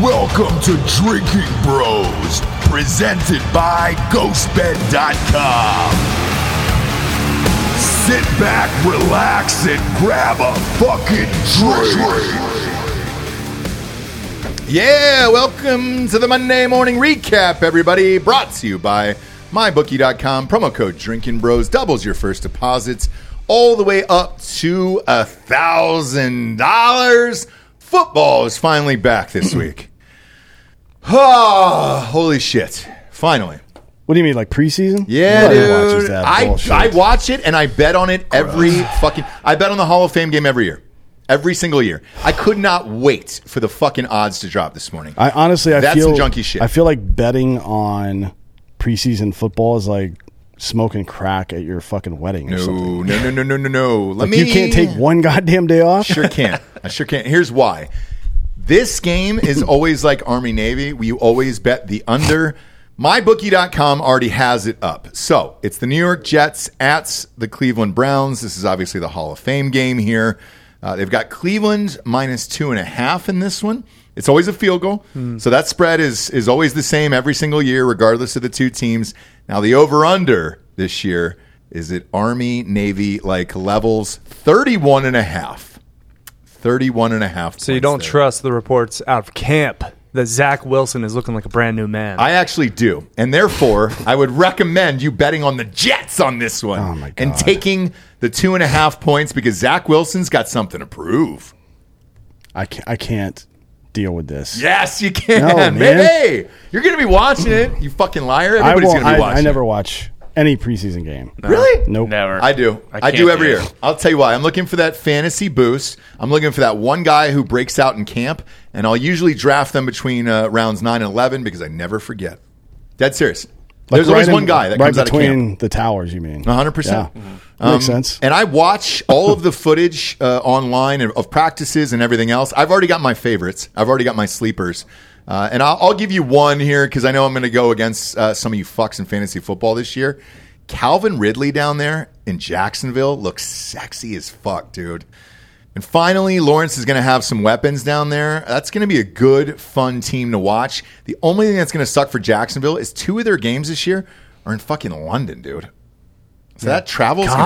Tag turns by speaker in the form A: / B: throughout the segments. A: Welcome to Drinking Bros, presented by GhostBed.com. Sit back, relax, and grab a fucking drink.
B: Yeah, welcome to the Monday morning recap, everybody. Brought to you by mybookie.com. Promo code Drinking Bros doubles your first deposits all the way up to a thousand dollars. Football is finally back this week. Ah, holy shit! Finally,
C: What do you mean, like preseason?
B: yeah,
C: Nobody watches
B: dude.
C: that
B: I
C: bullshit.
B: I watch it and I bet on it every fucking. I bet on the Hall of Fame game every year, every single year. I could not wait for the fucking odds to drop this morning.
C: I honestly, I
B: That's
C: feel
B: some junkie shit.
C: I feel like betting on preseason football is like smoking crack at your fucking wedding. or something.
B: No, no, no, no, no, no, no. Let me.
C: you can't take one goddamn day off.
B: Sure can't. I sure can't. Here's why. This game is always like Army Navy. You always bet the under. MyBookie.com already has it up. So it's the New York Jets at the Cleveland Browns. This is obviously the Hall of Fame game here. Uh, they've got Cleveland minus two and a half in this one. It's always a field goal.
D: Hmm.
B: So that spread is is always the same every single year, regardless of the two teams. Now the over under this year is at Army Navy like levels 31 and a half. 31 and a half.
D: So you don't trust the reports out of camp that Zach Wilson is looking like a brand new man.
B: I actually do. And therefore, I would recommend you betting on the Jets on this one
C: Oh, my
B: and
C: God.
B: taking the two and a half points because Zach Wilson's got something to prove.
C: I can't, I can't deal with this.
B: Yes, you can.
C: No, man.
B: Hey, you're going to be watching it. You fucking liar.
C: I
B: Everybody's
C: won't-
B: going to
C: I-
B: be watching
C: I
B: it.
C: never watch any preseason game.
B: Really?
C: Nope.
E: Never.
B: I do. I,
E: can't
B: do every
E: do
B: year. I'll tell you why. I'm looking for that fantasy boost. I'm looking for that one guy who breaks out in camp, and I'll usually draft them between uh, rounds nine and eleven because I never forget. Dead serious.
C: Like
B: There's
C: right
B: always
C: in-
B: one guy that
C: right
B: comes out of
C: between
B: camp.
C: the towers. You mean?
B: 100 percent Mm-hmm. Um,
C: Yeah. Makes sense.
B: And I watch all of the footage uh, online of- of practices and everything else. I've already got my favorites. I've already got my sleepers. Uh, and I'll, I'll give you one here because I know I'm going to go against uh, some of you fucks in fantasy football this year. Calvin Ridley down there in Jacksonville looks sexy as fuck, dude. And finally, Lawrence is going to have some weapons down there. That's going to be a good, fun team to watch. The only thing that's going to suck for Jacksonville is two of their games this year are in fucking London, dude. So that travel's gonna,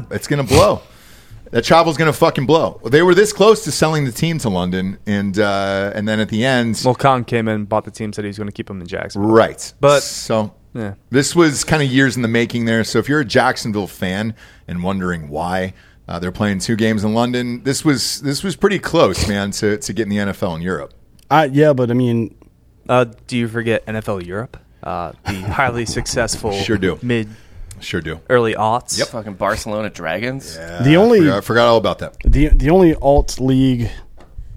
D: On
B: it's gonna blow. that travel's gonna fucking blow. They were this close to selling the team to London, and uh, and then at the end,
D: well, Khan came in, bought the team, said he was going to keep him in Jackson.
B: right?
D: But-
B: so
D: Yeah.
B: this was kind of years in the making there. So if you're a Jacksonville fan and wondering why uh, they're playing two games in London, this was this was pretty close, man, to to getting the NFL in Europe.
C: I, yeah, but I mean,
D: Uh, do you forget NFL Europe? Uh, the highly successful
B: Sure do.
D: mid
B: Sure do.
D: early aughts.
B: Yep.
E: Fucking Barcelona Dragons.
C: the only
B: I forgot all about that.
C: the the only alt league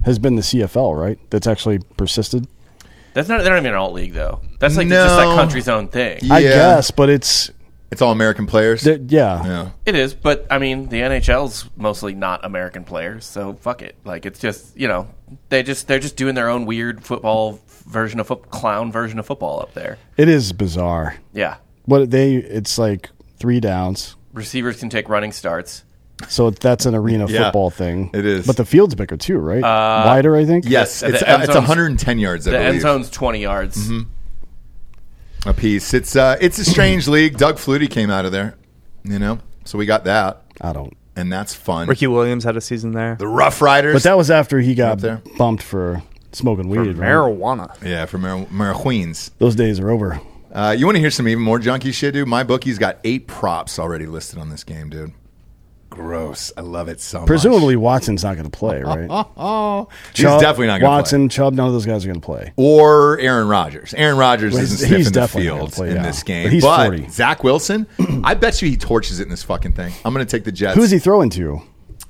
C: has been the CFL, right? That's actually persisted.
E: That's not. They're not even an alt league though. That's like
B: No.
E: just that country's own thing.
C: I
B: Yeah.
C: guess, but it's
B: It's all American players.
C: th- yeah.
B: yeah.
E: It is, but I mean, the NHL's mostly not American players, so fuck it. Like it's just you know they just they're just doing their own weird football version of foot clown version of football up there.
C: It is bizarre.
E: Yeah,
C: What they it's like three downs,
E: receivers can take running starts.
C: so that's an arena
B: Yeah,
C: football thing.
B: it is.
C: but the field's bigger too, right? Wider, I think.
B: Yes,
E: The- the
B: it's, uh,
E: end
B: it's
E: zone's-
B: 110 yards. I
E: The
B: believe. Mm-hmm.
E: end zone's twenty yards.
B: a piece. It's uh, it's a strange league. Doug Flutie came out of there, you know. So we got that,
C: I don't.
B: and that's fun.
D: Ricky Williams had a season there.
B: the Rough Riders,
C: But that was after he got
B: there.
C: bumped for smoking weed. right?
D: Marijuana.
B: yeah, for Mar- Marqueens.
C: Those days are over.
B: Uh, you want to hear some even more junky shit, dude? My bookie's got eight props already listed on this game, dude. Gross. I love it so much.
C: Presumably, Watson's not going to play, right?
B: he's
C: Chubb,
B: definitely not going to
C: Watson, Chubb, none of those guys are going to play.
B: or Aaron Rodgers. Aaron Rodgers
C: Well,
B: isn't
C: he's-
B: stiff
C: he's
B: in the
C: definitely
B: field
C: gonna play,
B: in
C: yeah.
B: this game.
C: But he's
B: But
C: 40.
B: Zach Wilson, I bet you he torches it in this fucking thing. I'm going to take the Jets.
C: Who's he throwing to?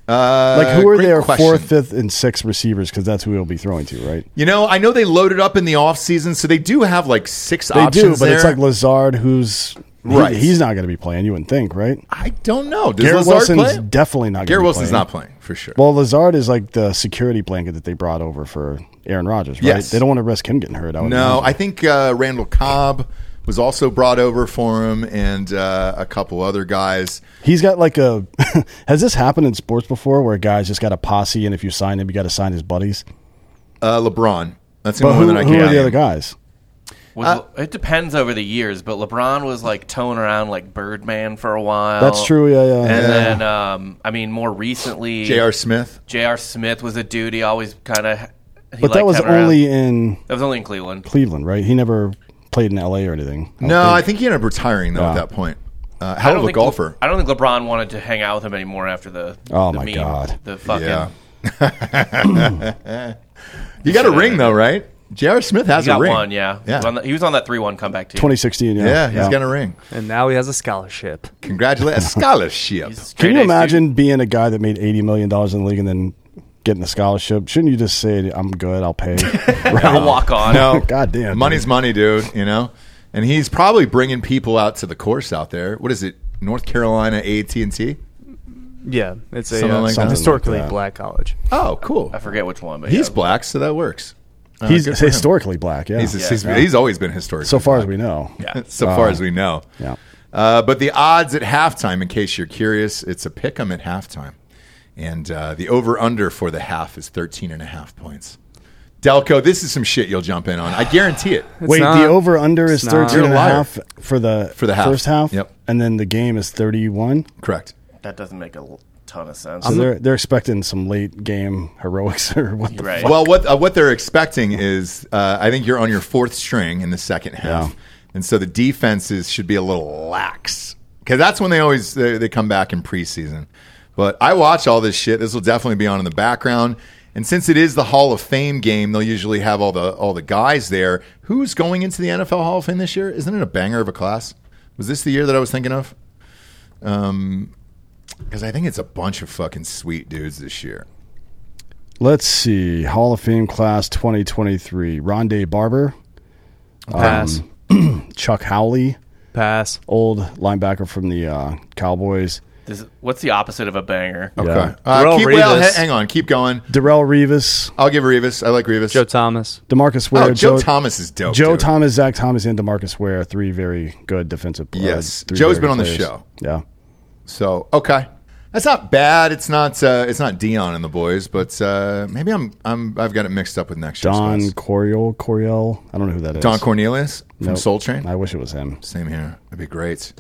B: Uh,
C: Like who are
B: great
C: their
B: question.
C: fourth, fifth, and sixth receivers? Because that's who he'll be throwing to, right?
B: You know, I know they loaded up in the offseason, so they do have like six
C: They do,
B: options
C: but
B: there.
C: it's like Lazard, who's he-
B: Right.
C: he's not going to be playing. You wouldn't think, right?
B: I don't know. Does
C: Garrett
B: Lazard
C: Wilson's
B: play?
C: definitely not. gonna
B: Garrett
C: be
B: Wilson's
C: playing.
B: not playing for sure.
C: Well, Lazard is like the security blanket that they brought over for Aaron Rodgers, right?
B: Yes.
C: They don't want to risk him getting hurt. I would
B: no,
C: imagine.
B: I think uh, Randall Cobb was also brought over for him, and uh, a couple other guys.
C: he's got like a. has this happened in sports before, where a guy's just got a posse, and if you sign him, you got to sign his buddies?
B: Uh, LeBron. That's the
C: But
B: only one
C: who,
B: that I
C: who
B: can.
C: are the other guys?
E: Was
C: Uh,
E: it depends over the years, but LeBron was like towing around like Birdman for a while.
B: Oh.
C: That's true. Yeah, yeah.
E: And
C: yeah.
E: then, um, I mean, more recently,
B: J.R. Smith.
E: J.R. Smith was a dude. He always kind of.
C: but that was only in
E: that was only in Cleveland.
C: Cleveland, right? He never played in L.A. or anything. I don't
B: No,
C: think.
B: I think he ended up retiring though at
C: Yeah.
B: that point. Uh,
E: I
B: hell
E: don't
B: of a
E: think Le-
B: golfer.
E: I don't think LeBron wanted to hang out with him anymore after the.
C: Oh,
E: the
C: my
E: meme,
C: God.
E: The fucking.
B: Yeah. you got a ring though, right? J.R. Smith has
E: He got
B: a ring.
E: one, yeah.
B: Yeah.
E: On the- he was on that three-one comeback too.
C: 2016. Yeah,
B: Yeah, he's got a ring.
D: And now he has a scholarship.
B: Congratulations, a scholarship.
E: Straight
C: Can you
E: A's, dude.
C: imagine being a guy that made 80 million dollars in the league and then getting a scholarship? Shouldn't you just say, "I'm good, I'll pay"? Right?
E: I'll walk on.
B: No,
C: God damn,
B: money's money, dude. You know, and he's probably bringing people out to the course out there. What is it? North Carolina AT and T.
D: Yeah, it's a
B: Something
D: uh,
B: like that.
D: historically
C: Something like that.
D: black college.
B: Oh, cool.
E: I forget which one, but
B: He's
E: yeah.
B: black, so that works. Uh,
C: He's
B: good for him.
C: historically black. Yeah,
B: He's, he's, he's always been historic.
C: so far as we know. Yeah.
B: so far as we know.
C: Yeah.
B: Uh, but the odds at halftime, in case you're curious, it's a pick 'em at halftime. And uh, the over under for the half is 13 and a half points. Delco, this is some shit you'll jump in on. I guarantee it.
C: Wait,
D: not-
C: the over under is
D: it's not.
C: 13
B: You're a
C: and a
B: liar.
C: half for the
B: For the half.
C: first half.
B: Yep.
C: And then the game is 31.
B: Correct.
E: That doesn't make a l- ton of sense.
C: So they're they're expecting some late game heroics or what the
E: Right.
C: fuck.
B: Well, what uh, what they're expecting is, uh, I think you're on your fourth string in the second half,
C: Yeah.
B: and so the defenses should be a little lax because that's when they always they, they come back in preseason. But I watch all this shit. This will definitely be on in the background. And since it is the Hall of Fame game, they'll usually have all the all the guys there. Who's going into the NFL Hall of Fame this year? Isn't it a banger of a class? Was this the year that I was thinking of? Because I think it's a bunch of fucking sweet dudes this year.
C: Let's see. Hall of Fame class 2023. Rondé Barber,
D: Pass.
C: Chuck Howley,
D: Pass.
C: old linebacker from the uh, Cowboys.
E: This is- what's the opposite of a banger?
C: Yeah.
B: Okay. Uh,
D: Darrell
B: keep, well,
D: Revis.
B: ha- hang on. Keep going.
C: Darrell Revis,
B: I'll give Revis. I like Revis.
D: Joe Thomas.
C: Demarcus Ware,
B: Oh, Joe, Thomas is dope.
C: Joe
B: dude.
C: Thomas, Zach Thomas, and Demarcus Ware, three very good defensive players.
B: Yes. Joe's been on the show.
C: Yeah.
B: So okay, that's not bad. It's not uh, it's not Dion and the boys, but uh, maybe I'm I'm I've got it mixed up with next year's
C: Don
B: class.
C: Coriel, Coriel. I don't know who that is.
B: Don Cornelius from
C: Nope.
B: Soul Train.
C: I wish it was him.
B: Same here. It'd be great.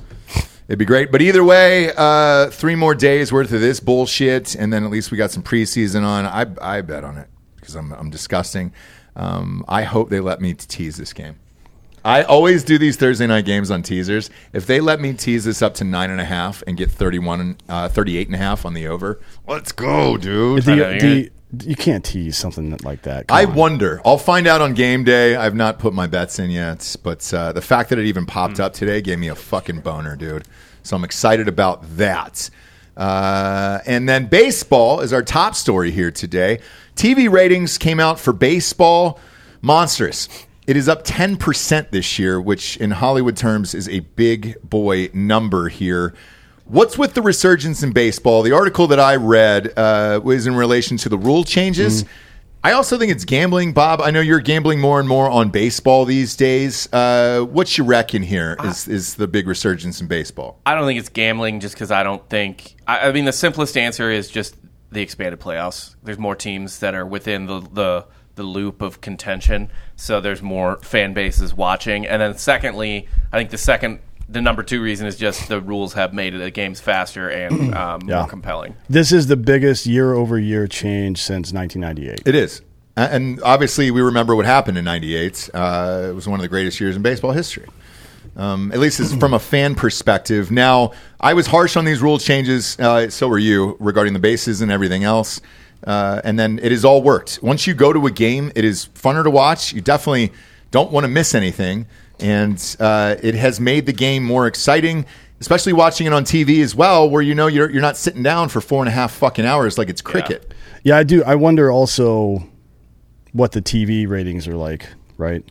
B: It'd be great. But either way, uh, three more days worth of this bullshit, and then at least we got some preseason on. I I bet on it because I'm I'm disgusting. Um, I hope they let me tease this game. I always do these Thursday night games on teasers. If they let me tease this up to nine and a half and get 31, uh, 38 and a half on the over, let's go, dude.
C: The,
E: know, you're
C: the- you can't tease something that- like that. Come
B: I
C: on.
B: wonder. I'll find out on game day. I've not put my bets in yet, but uh, the fact that it even popped
C: Hmm.
B: up today gave me a fucking boner, dude. So I'm excited about that. Uh, and then baseball is our top story here today. TV ratings came out for baseball monstrous. It is up 10% this year, which in Hollywood terms is a big boy number here. What's with the resurgence in baseball? The article that I read uh, was in relation to the rule
C: Hmm.
B: changes. I also think it's gambling, Bob. I know you're gambling more and more on baseball these days. Uh, what you reckon here is is the big resurgence in baseball?
E: I don't think it's gambling just because I don't think. I, I mean, the simplest answer is just the expanded playoffs. There's more teams that are within the, the the loop of contention, so there's more fan bases watching. And then, secondly, I think the second, the number two reason is just the rules have made the games faster and um,
C: Yeah.
E: more compelling.
C: This is the biggest year over year change since 1998.
B: It is, A- and obviously we remember what happened in '98. Uh, it was one of the greatest years in baseball history. Um, at least it's from a fan perspective. Now, I was harsh on these rule changes. Uh, so were you regarding the bases and everything else. Uh, and then it has all worked. Once you go to a game, it is funner to watch. You definitely don't want to miss anything. And uh, it has made the game more exciting, especially watching it on TV as well, where you know you're, you're not sitting down for four and a half fucking hours like it's cricket.
C: Yeah, I do. I wonder also what the TV ratings are like, right?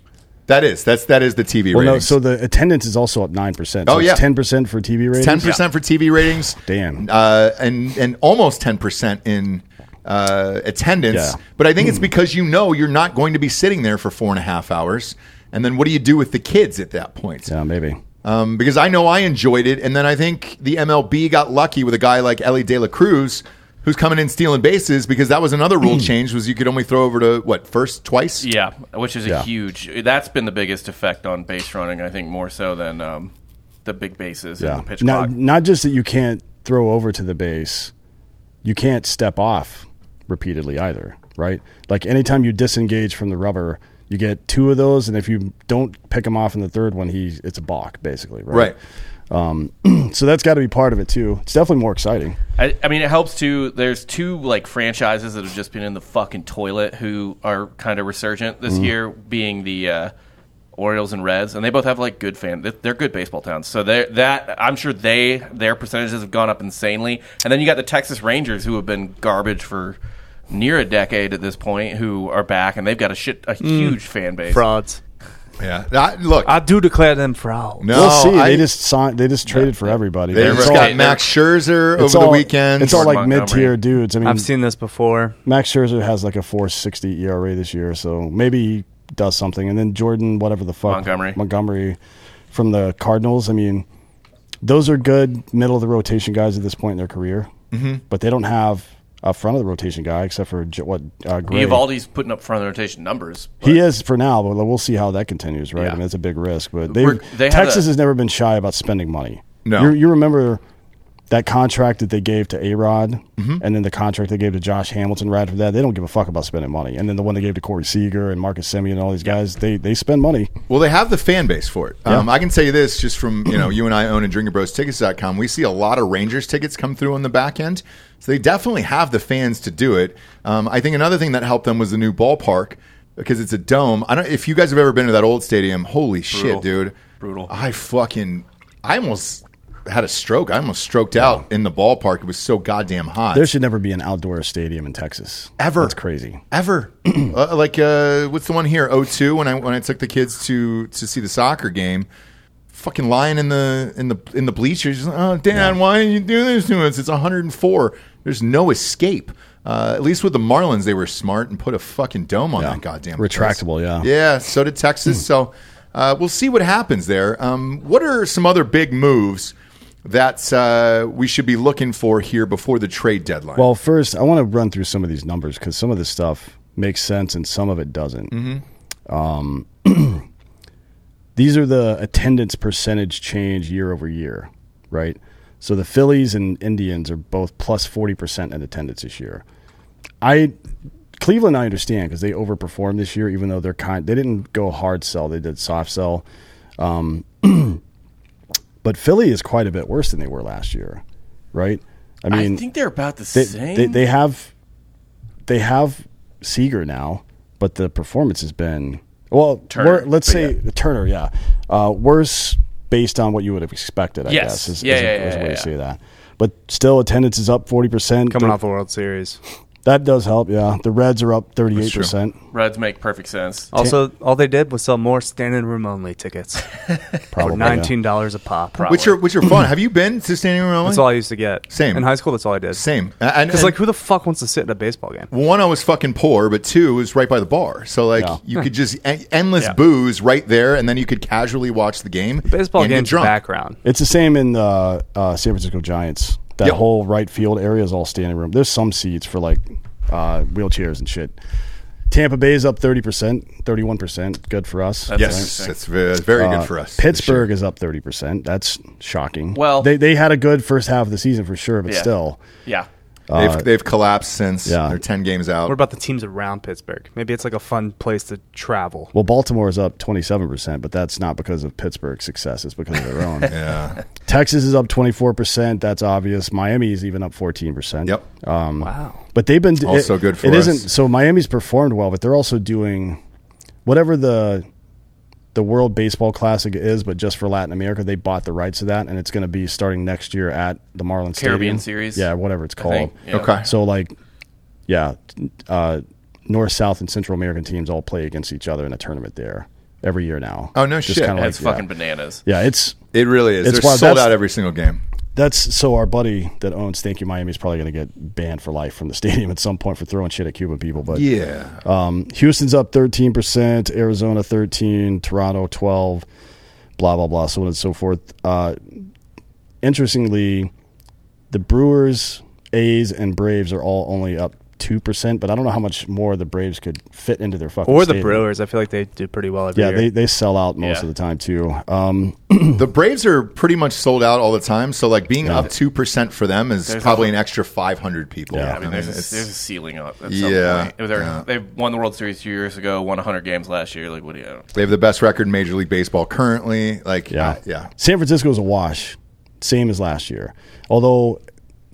B: That is that's that is the TV
C: Well, no,
B: ratings.
C: so the attendance is also up 9%. So
B: Oh, yeah.
C: It's 10% for TV ratings.
B: ten percent for TV ratings.
C: Damn.
B: uh, and and almost ten percent in uh, attendance.
C: Yeah. Hmm.
B: But I think it's because you know you're not going to be sitting there for four and a half hours. And then what do you do with the kids at that point?
C: Yeah, maybe.
B: Um, because I know I enjoyed it, and then I think the MLB got lucky with a guy like Ellie De La Cruz who's coming in stealing bases because that was another
C: Hmm.
B: rule change was you could only throw over to what first twice.
E: Yeah, which is a
C: Yeah.
E: huge. That's been the biggest effect on base running, I think, more so than um, the big bases
C: Yeah.
E: and the pitch
C: Not,
E: clock.
C: not just that you can't throw over to the base, you can't step off repeatedly either, right? Like anytime you disengage from the rubber, you get two of those, and if you don't pick him off in the third one, he it's a balk basically, right?
B: Right.
C: So that's got to be part of it too. It's definitely more exciting.
E: I, I mean, it helps too. There's two like franchises that have just been in the fucking toilet who are kind of resurgent this
C: Mm-hmm.
E: year, being the uh, Orioles and Reds, and they both have like good fan. they're- They're good baseball towns, so they're that I'm sure they their percentages have gone up insanely. And then you got the Texas Rangers who have been garbage for near a decade at this point, who are back and they've got a shit
C: Mm.
E: a huge fan base.
D: frauds.
B: Yeah. I- look,
D: I do declare them frauds.
B: no,
C: we'll see.
B: I-
C: they just signed. They just traded for everybody.
B: they
C: but
B: just
C: it's all-
B: got
E: all-
B: Max Scherzer
C: it's
B: over the
C: all-
B: weekend.
C: It's all
E: Jordan
C: like mid
E: Montgomery.
C: tier dudes. I mean,
D: I've seen this before.
C: Max Scherzer has like a 460 ERA this year, so maybe he does something. And then Jordan, whatever the fuck,
E: Montgomery.
C: Montgomery from the Cardinals. I mean, those are good middle of the rotation guys at this point in their career, mm-hmm. but they don't have a front of the rotation guy except for J- what uh, Gray.
E: Evaldi's putting up front of the rotation numbers. but-
C: He is for now, but we'll see how that continues, right?
E: Yeah.
C: I mean, that's a big risk. But
E: We're-
C: they've,
E: they have
C: Texas
E: a-
C: has never been shy about spending money.
B: No.
C: you, you remember that contract that they gave to A Rod,
E: Mm-hmm.
C: and then the contract they gave to Josh Hamilton right after that. They don't give a fuck about spending money. And then the one they gave to Corey Seager and Marcus Simeon and all these guys, they they spend money.
B: Well, they have the fan base for it. Um, I can tell you this just from, you know, you and I own and drinkingbrostickets.com. We see a lot of Rangers tickets come through on the back end. So they definitely have the fans to do it. Um, I think another thing that helped them was the new ballpark because it's a dome. I don't if you guys have ever been to that old stadium. Holy shit, dude.
E: Brutal.
B: I fucking I almost had a stroke. I almost stroked out in the ballpark. It was so goddamn hot.
C: There should never be an outdoor stadium in Texas
B: Ever.
C: That's crazy.
B: ever. uh, like uh, what's the one here? O two when I when I took the kids to to see the soccer game. Fucking lying in the in the in the bleachers. Oh, Dad, why did you do this to us? It's 104. There's no escape. Uh, at least with the Marlins, they were smart and put a fucking dome on that goddamn place.
C: Retractable, yeah. Hmm.
B: Yeah, so did Texas. so uh, we'll see what happens there. Um, what are some other big moves that uh, we should be looking for here before the trade deadline?
C: Well, first, I want to run through some of these numbers because some of this stuff makes sense and some of it doesn't. Um, these are the attendance percentage change year over year, right? So the Phillies and Indians are both plus 40% in attendance this year. I Cleveland, I understand because they overperformed this year, even though they're kind. They didn't go hard sell; they did soft sell. Um, but Philly is quite a bit worse than they were last year, right? I
E: I,
C: mean,
E: think they're about the
C: they,
E: same.
C: they they have they have Seager now, but the performance has been well.
E: Turner,
C: wor- let's say Turner, yeah, uh, worse based on what you would have expected. I
E: Yes.
C: guess is,
E: Yeah,
C: is a-
E: yeah, yeah,
C: is a way
E: yeah,
C: to say
E: yeah.
C: that. But still, attendance is up forty percent.
D: Coming off a World Series.
C: that does help. Yeah, the Reds are up thirty eight percent.
E: Reds make perfect sense.
C: Oh.
D: Also, all they did was sell more standing room only tickets for
C: Probably yeah.
D: nineteen dollars a pop.
B: which are which are fun. Have you been to Standing Room? Only?
D: That's all I used to get.
B: Same.
D: in high school. That's all I did.
B: Same. I- I-
D: Because like, who the fuck wants to sit in a baseball game?
B: one, I was fucking poor, but two, it was right by the bar. So like
C: Yeah.
B: you could just en- endless
D: Yeah.
B: booze right there, and then you could casually watch the game.
D: Baseball
B: and get
D: game's
B: drunk.
D: background.
C: It's the same in the uh, San Francisco Giants. That
B: Yep.
C: whole right field area is all standing room. There's some seats for like uh, wheelchairs and shit. Tampa Bay is up 30%, 31%. Good for us.
E: That's
B: Yes,
E: Interesting.
B: that's very, very
C: Uh,
B: good for us.
C: Pittsburgh is up 30%. That's shocking.
E: Well-
C: they, they had a good first half of the season for sure, but
E: Yeah.
C: still.
E: yeah.
B: they've, they've collapsed since.
C: uh, yeah.
B: They're ten games out.
D: What about the teams around Pittsburgh? Maybe it's like a fun place to travel.
C: Well, Baltimore is up 27%, but that's not because of Pittsburgh's success. It's because of their own.
B: yeah.
C: Texas is up 24%. That's obvious. Miami is even up 14%.
B: Yep.
D: Wow.
C: But they've been
B: Also good for
C: it
B: us.
C: isn't so Miami's performed well, but they're also doing whatever the the World Baseball Classic is, but just for Latin America, they bought the rights to that, and it's going to be starting next year at the Marlins Stadium.
E: Caribbean Series,
C: yeah, whatever it's
E: I
C: called.
E: think, yeah.
B: Okay.
C: So like, yeah, uh, North, South, and Central American teams all play against each other in a tournament there every year now.
B: Oh, no shit.
C: kinda
E: That's
C: yeah.
E: fucking bananas.
C: yeah, it's
B: It really is.
C: It's
B: They're
C: wild.
B: sold
C: That's-
B: out every single game.
C: that's so our buddy that owns Thank You Miami is probably going to get banned for life from the stadium at some point for throwing shit at Cuban people. But
B: Yeah.
C: Um, Houston's up 13%, Arizona 13, Toronto 12, blah, blah, blah, so on and so forth. Uh, interestingly, the Brewers A's and Braves are all only up two percent, but I don't know how much more the Braves could fit into their fucking.
D: Or the
C: stadium.
D: Brewers. I feel like they do pretty well every
C: Yeah,
D: year.
C: they, they sell out most
E: Yeah.
C: of the time too. Um,
B: The Braves are pretty much sold out all the time, so like being up two percent for them is probably an extra five hundred people.
C: Yeah, I
E: I mean, there's,
B: it's-
E: a, there's a ceiling up. At
B: Yeah,
E: some point. They're-
B: yeah.
E: They won the World Series two years ago, won 100 games last year. Like, what do you know?
B: they have the best record in Major League Baseball currently. Like,
C: Yeah.
B: yeah, yeah.
C: San Francisco's a wash, same as last year. Although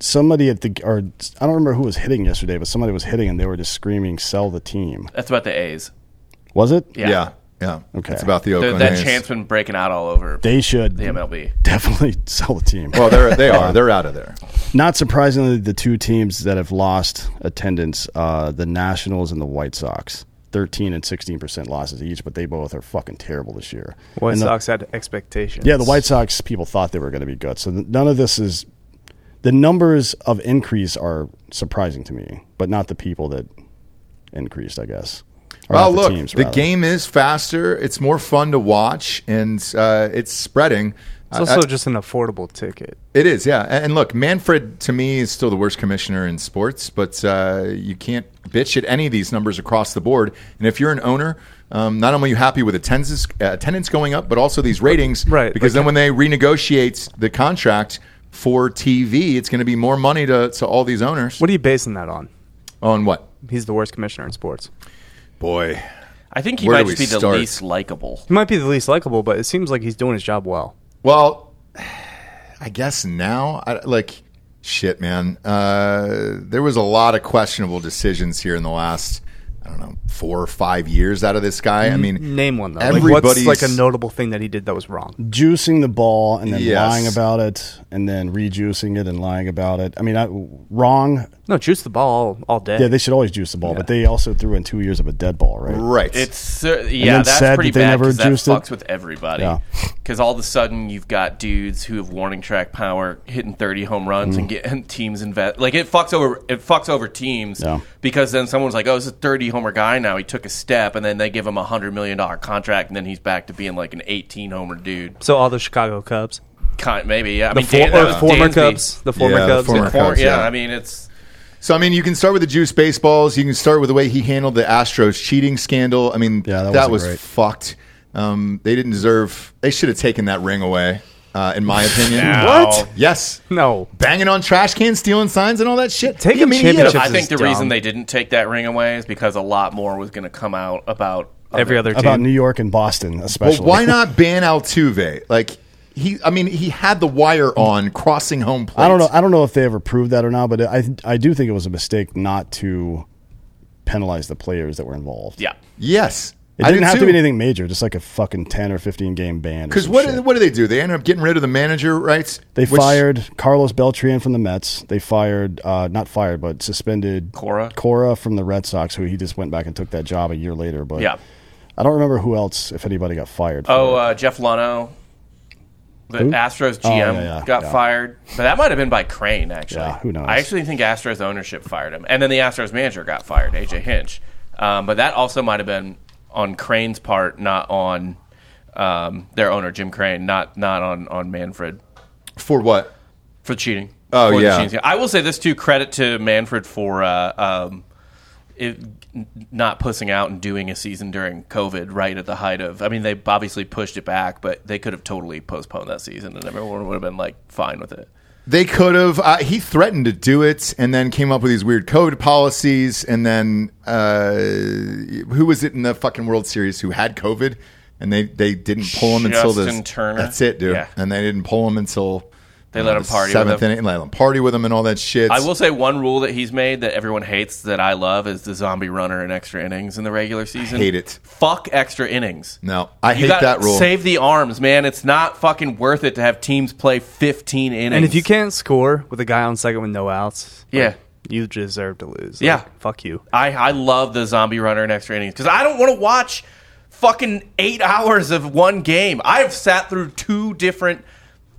C: somebody at the or I don't remember who was hitting yesterday, but somebody was hitting and they were just screaming, "Sell the team."
E: That's about the A's.
C: Was it?
E: Yeah.
B: Yeah. Yeah.
C: Okay.
B: It's about the
E: They're-
B: Oakland
E: that
B: A's.
E: chance been breaking out all over
C: They should
E: the MLB.
C: definitely sell the team.
B: Well, they're they are they're out of there.
C: Not surprisingly, the two teams that have lost attendance, uh, the Nationals and the White Sox, thirteen and sixteen percent losses each, but they both are fucking terrible this year.
D: White
C: And the-
D: Sox had expectations.
C: Yeah, the White Sox people thought they were going to be good. So th- none of this is the numbers of increase are surprising to me, but not the people that increased, I guess. Or
B: Well,
C: not
B: look,
C: teams,
B: the
C: rather.
B: game is faster. It's more fun to watch, and uh, it's spreading.
D: It's
B: I-
D: also
B: I-
D: just an affordable ticket.
B: It is, yeah. A- And look, Manfred to me is still the worst commissioner in sports, but uh, you can't bitch at any of these numbers across the board. And if you're an owner, um, not only are you happy with attendance, uh, attendance going up, but also these ratings.
D: Right,
B: Because
D: like-
B: then when they renegotiate the contract for TV, it's going to be more money to, to all these owners.
D: What are you basing that on?
B: On what?
D: He's the worst commissioner in sports.
B: Boy.
E: I think he
B: Where do
E: might just
B: we
E: be the
B: start?
E: least likable.
D: He might be the least likable, but it seems like he's doing his job well.
B: Well, I guess now, I, like, shit, man. Uh, there was a lot of questionable decisions here in the last, I don't know, four or five years out of this guy. I mean,
D: Name one though.
B: everybody's-
D: Like, what's like a notable thing that he did that was wrong?
C: juicing the ball and then
B: Yes.
C: lying about it and then rejuicing it and lying about it. I mean, I, wrong.
D: No, juice the ball all, all day.
C: Yeah, they should always juice the ball, but they also threw in two years of a dead ball, right?
B: right.
E: It's uh, yeah,
C: then
E: that's
C: said
E: pretty
C: that they
E: bad
C: never
E: 'cause that
C: juiced it.
E: fucks with everybody.
C: Yeah.
E: Because all of a sudden you've got dudes who have warning track power hitting thirty home runs and getting teams invest like it fucks over it fucks over teams
C: Yeah.
E: because then someone's like, oh, this is a thirty homer guy now. He took a step, and then they give him a hundred million dollar contract, and then he's back to being like an eighteen homer dude.
D: So all the Chicago Cubs,
E: Kind maybe yeah. I
D: the
E: mean,
D: for-
E: Dan-
D: or
E: that was
D: former
E: Dansby.
D: Cubs, the former
B: Yeah, the
D: Cubs.
B: former
E: The for-
B: Cubs,
E: yeah,
B: yeah.
E: I mean it's
B: so, I mean, you can start with the juice baseballs. You can start with the way he handled the Astros cheating scandal. I mean,
C: Yeah,
B: that,
C: that
B: was
C: wasn't great.
B: fucked. Um, they didn't deserve, they should have taken that ring away, uh, in my opinion.
E: What?
B: Yes.
D: No,
B: Banging on trash cans, stealing signs, and all that shit.
D: Take
B: I
D: a
B: mean, he had
D: championship
E: I think
D: is
E: the
D: dumb.
E: reason they didn't take that ring away is because a lot more was going to come out about
D: every other team.
C: About New York and Boston,
B: Well,
C: especially.
B: why not ban Altuve? Like he, I mean, he had the wire on crossing home plate.
C: I don't know. I don't know if they ever proved that or not, but I I do think it was a mistake not to penalize the players that were involved.
E: Yeah.
B: Yes,
C: it didn't have to be anything major, just like a fucking ten or fifteen game ban.
B: Because what did- what do they do? They ended up getting rid of the manager, right?
C: they
B: Which-
C: fired Carlos Beltran from the Mets. They fired uh, not fired, but suspended
E: Cora.
C: Cora from the Red Sox, who he just went back and took that job a year later. But
E: Yeah.
C: I don't remember who else, if anybody, got fired. for
E: Oh,
C: it.
E: uh, Jeff Leno, the
C: Who?
E: Astros GM,
C: Oh, yeah, yeah,
E: got
C: yeah.
E: fired, but that might have been by Crane. Actually,
C: Yeah, who knows?
E: I actually think Astros ownership fired him, and then the Astros manager got fired, AJ Hinch. Um, but that also might have been on Crane's part, not on um, their owner Jim Crane, not not on on Manfred
B: for what?
E: for cheating.
B: Oh,
E: For the
B: yeah.
E: cheating. I will say this too. Credit to Manfred for uh, um, it, n- not pussing out and doing a season during COVID, right at the height of. I mean, they obviously pushed it back, but they could have totally postponed that season, and everyone would have been like fine with it.
B: They could have. Uh, he threatened to do it, and then came up with these weird COVID policies. And then uh, who was it in the fucking World Series who had COVID? And they, they didn't pull him until the
E: Justin Turner?
B: That's it, dude.
E: Yeah.
B: And they didn't pull him until
E: They let him
B: the
E: party with
B: seventh
E: him.
B: inning, let him party with him, and all that shit.
E: I will say one rule that he's made that everyone hates that I love is the zombie runner and extra innings in the regular season.
B: Hate it.
E: Fuck extra innings.
B: No, I
E: You
B: hate
E: gotta
B: that rule.
E: Save the arms, man. It's not fucking worth it to have teams play 15 innings.
D: and if you can't score with a guy on second with no outs, like,
E: Yeah.
D: you deserve to lose.
E: Yeah.
D: Like, fuck you.
E: I, I love the zombie runner and extra innings because I don't want to watch fucking eight hours of one game. I've sat through two different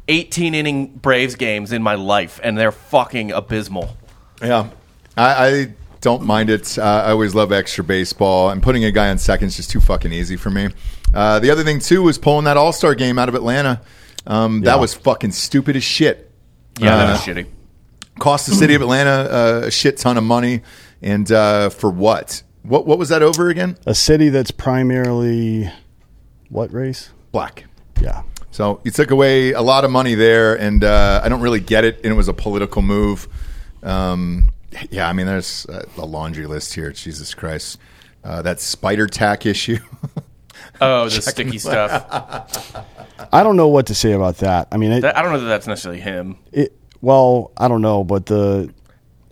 E: 18 inning Braves games in my life, and they're fucking abysmal.
B: yeah, I, I don't mind it. Uh, I always love extra baseball, and putting a guy on second is just too fucking easy for me. Uh, the other thing too was pulling that All Star game out of Atlanta. Um, That was fucking stupid as shit.
E: Yeah,
B: Uh,
E: that was shitty.
B: Cost the city of Atlanta uh, a shit ton of money, and uh, for what? What what was that over again?
C: A city that's primarily what race?
B: Black.
C: Yeah.
B: So you took away a lot of money there, and uh, I don't really get it. And it was a political move. Um, yeah, I mean, there's a a laundry list here. Jesus Christ, uh, that spider tack issue.
E: Oh, the sticky stuff.
C: I don't know what to say about that. I mean, it,
E: That, I don't know that that's necessarily him.
C: it well i don't know but the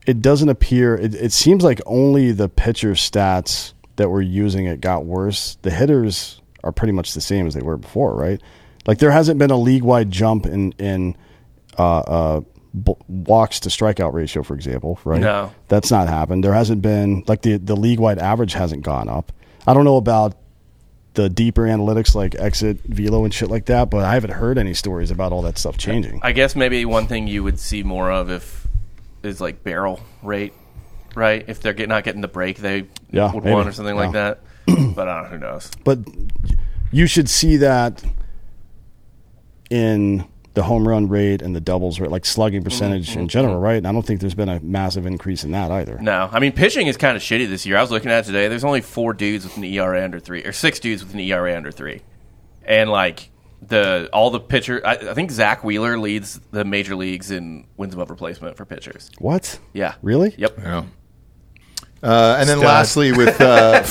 C: it doesn't appear it, it seems like only the pitcher stats that we're using it got worse the hitters are pretty much the same as they were before right like there hasn't been a league-wide jump in in uh, uh, b- walks to strikeout ratio for example right
E: No.
C: that's not happened there hasn't been like the the league-wide average hasn't gone up i don't know about the deeper analytics like exit velo and shit like that but i haven't heard any stories about all that stuff changing
E: I guess maybe one thing you would see more of if is like barrel rate, right? If they're get, not getting the break they
C: Yeah,
E: would
C: maybe.
E: want or something like that. But I don't, who knows?
C: but you should see that in the home run rate and the doubles rate, like
E: Mm-hmm.
C: slugging percentage in general, right? And I don't think there's been a massive increase in that either.
E: No, I mean pitching is kind of shitty this year. I was looking at it today. There's only four dudes with an ERA under three, or six dudes with an ERA under three, and like the all the pitcher. I, I think Zach Wheeler leads the major leagues in wins above replacement for pitchers.
C: What?
E: Yeah,
C: Really?
E: Yep,
B: Yeah. Uh, and then
D: Stud.
B: lastly, with uh,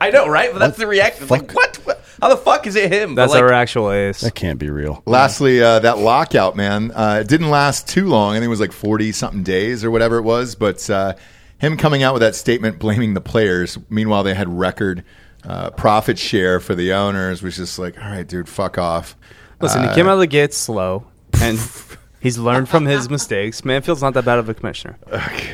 E: I know, right? But that's the reaction. It's like, what? What- How the fuck is it him? But,
D: That's
E: like,
D: our actual ace.
C: That can't be real.
B: lastly uh, that lockout, man, uh, it didn't last too long. I think it was like forty something days or whatever it was. But uh, him coming out with that statement blaming the players, meanwhile they had record uh, profit share for the owners, was just like, all right, dude, fuck off.
D: Listen,
B: uh,
D: he came out of the gate slow, and he's learned from his mistakes. Manfield's not that bad of a commissioner.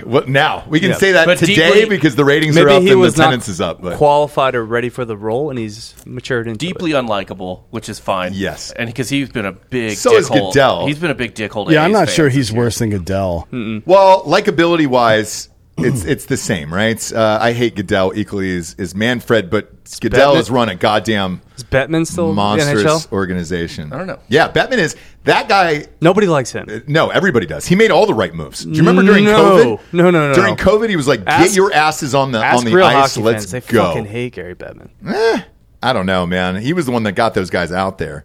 B: Well, now we can say that
E: But
B: today
E: deeply-
B: because the ratings are
D: Maybe
B: up
D: he
B: and the
D: was
B: attendance
D: not
B: is up. But
D: qualified or ready for the role, and he's matured into
E: deeply
D: It.
E: unlikable, which is fine.
B: Yes.
E: and because he's been a big
B: So is
E: dickhole.
B: Goodell.
E: He's been a big dickhole. to
C: Yeah, I'm
E: A's
C: not sure
E: fans
C: he's
E: this year. Hmm.
C: worse than Goodell.
B: well, likability wise, it's it's the same, right? Uh, I hate Goodell equally as, as Manfred, but Goodell
D: Batman-
B: has run a goddamn
D: Is Bettman still in the
B: monstrous
D: NHL?
B: organization. I
E: don't know.
B: Yeah, Batman is that guy.
D: Nobody likes him.
B: No, everybody does. He made all the right moves. Do you remember during
D: No.
B: COVID?
D: No, no, no,
B: During
D: no.
B: COVID, he was like, "Get
D: Ask-
B: your asses on the
D: Ask
B: on the
D: real
B: ice.
D: hockey
B: Let's
D: fans. They
B: go."
D: fucking hate Gary Bettman.
B: Eh, I don't know, man. He was the one that got those guys out there.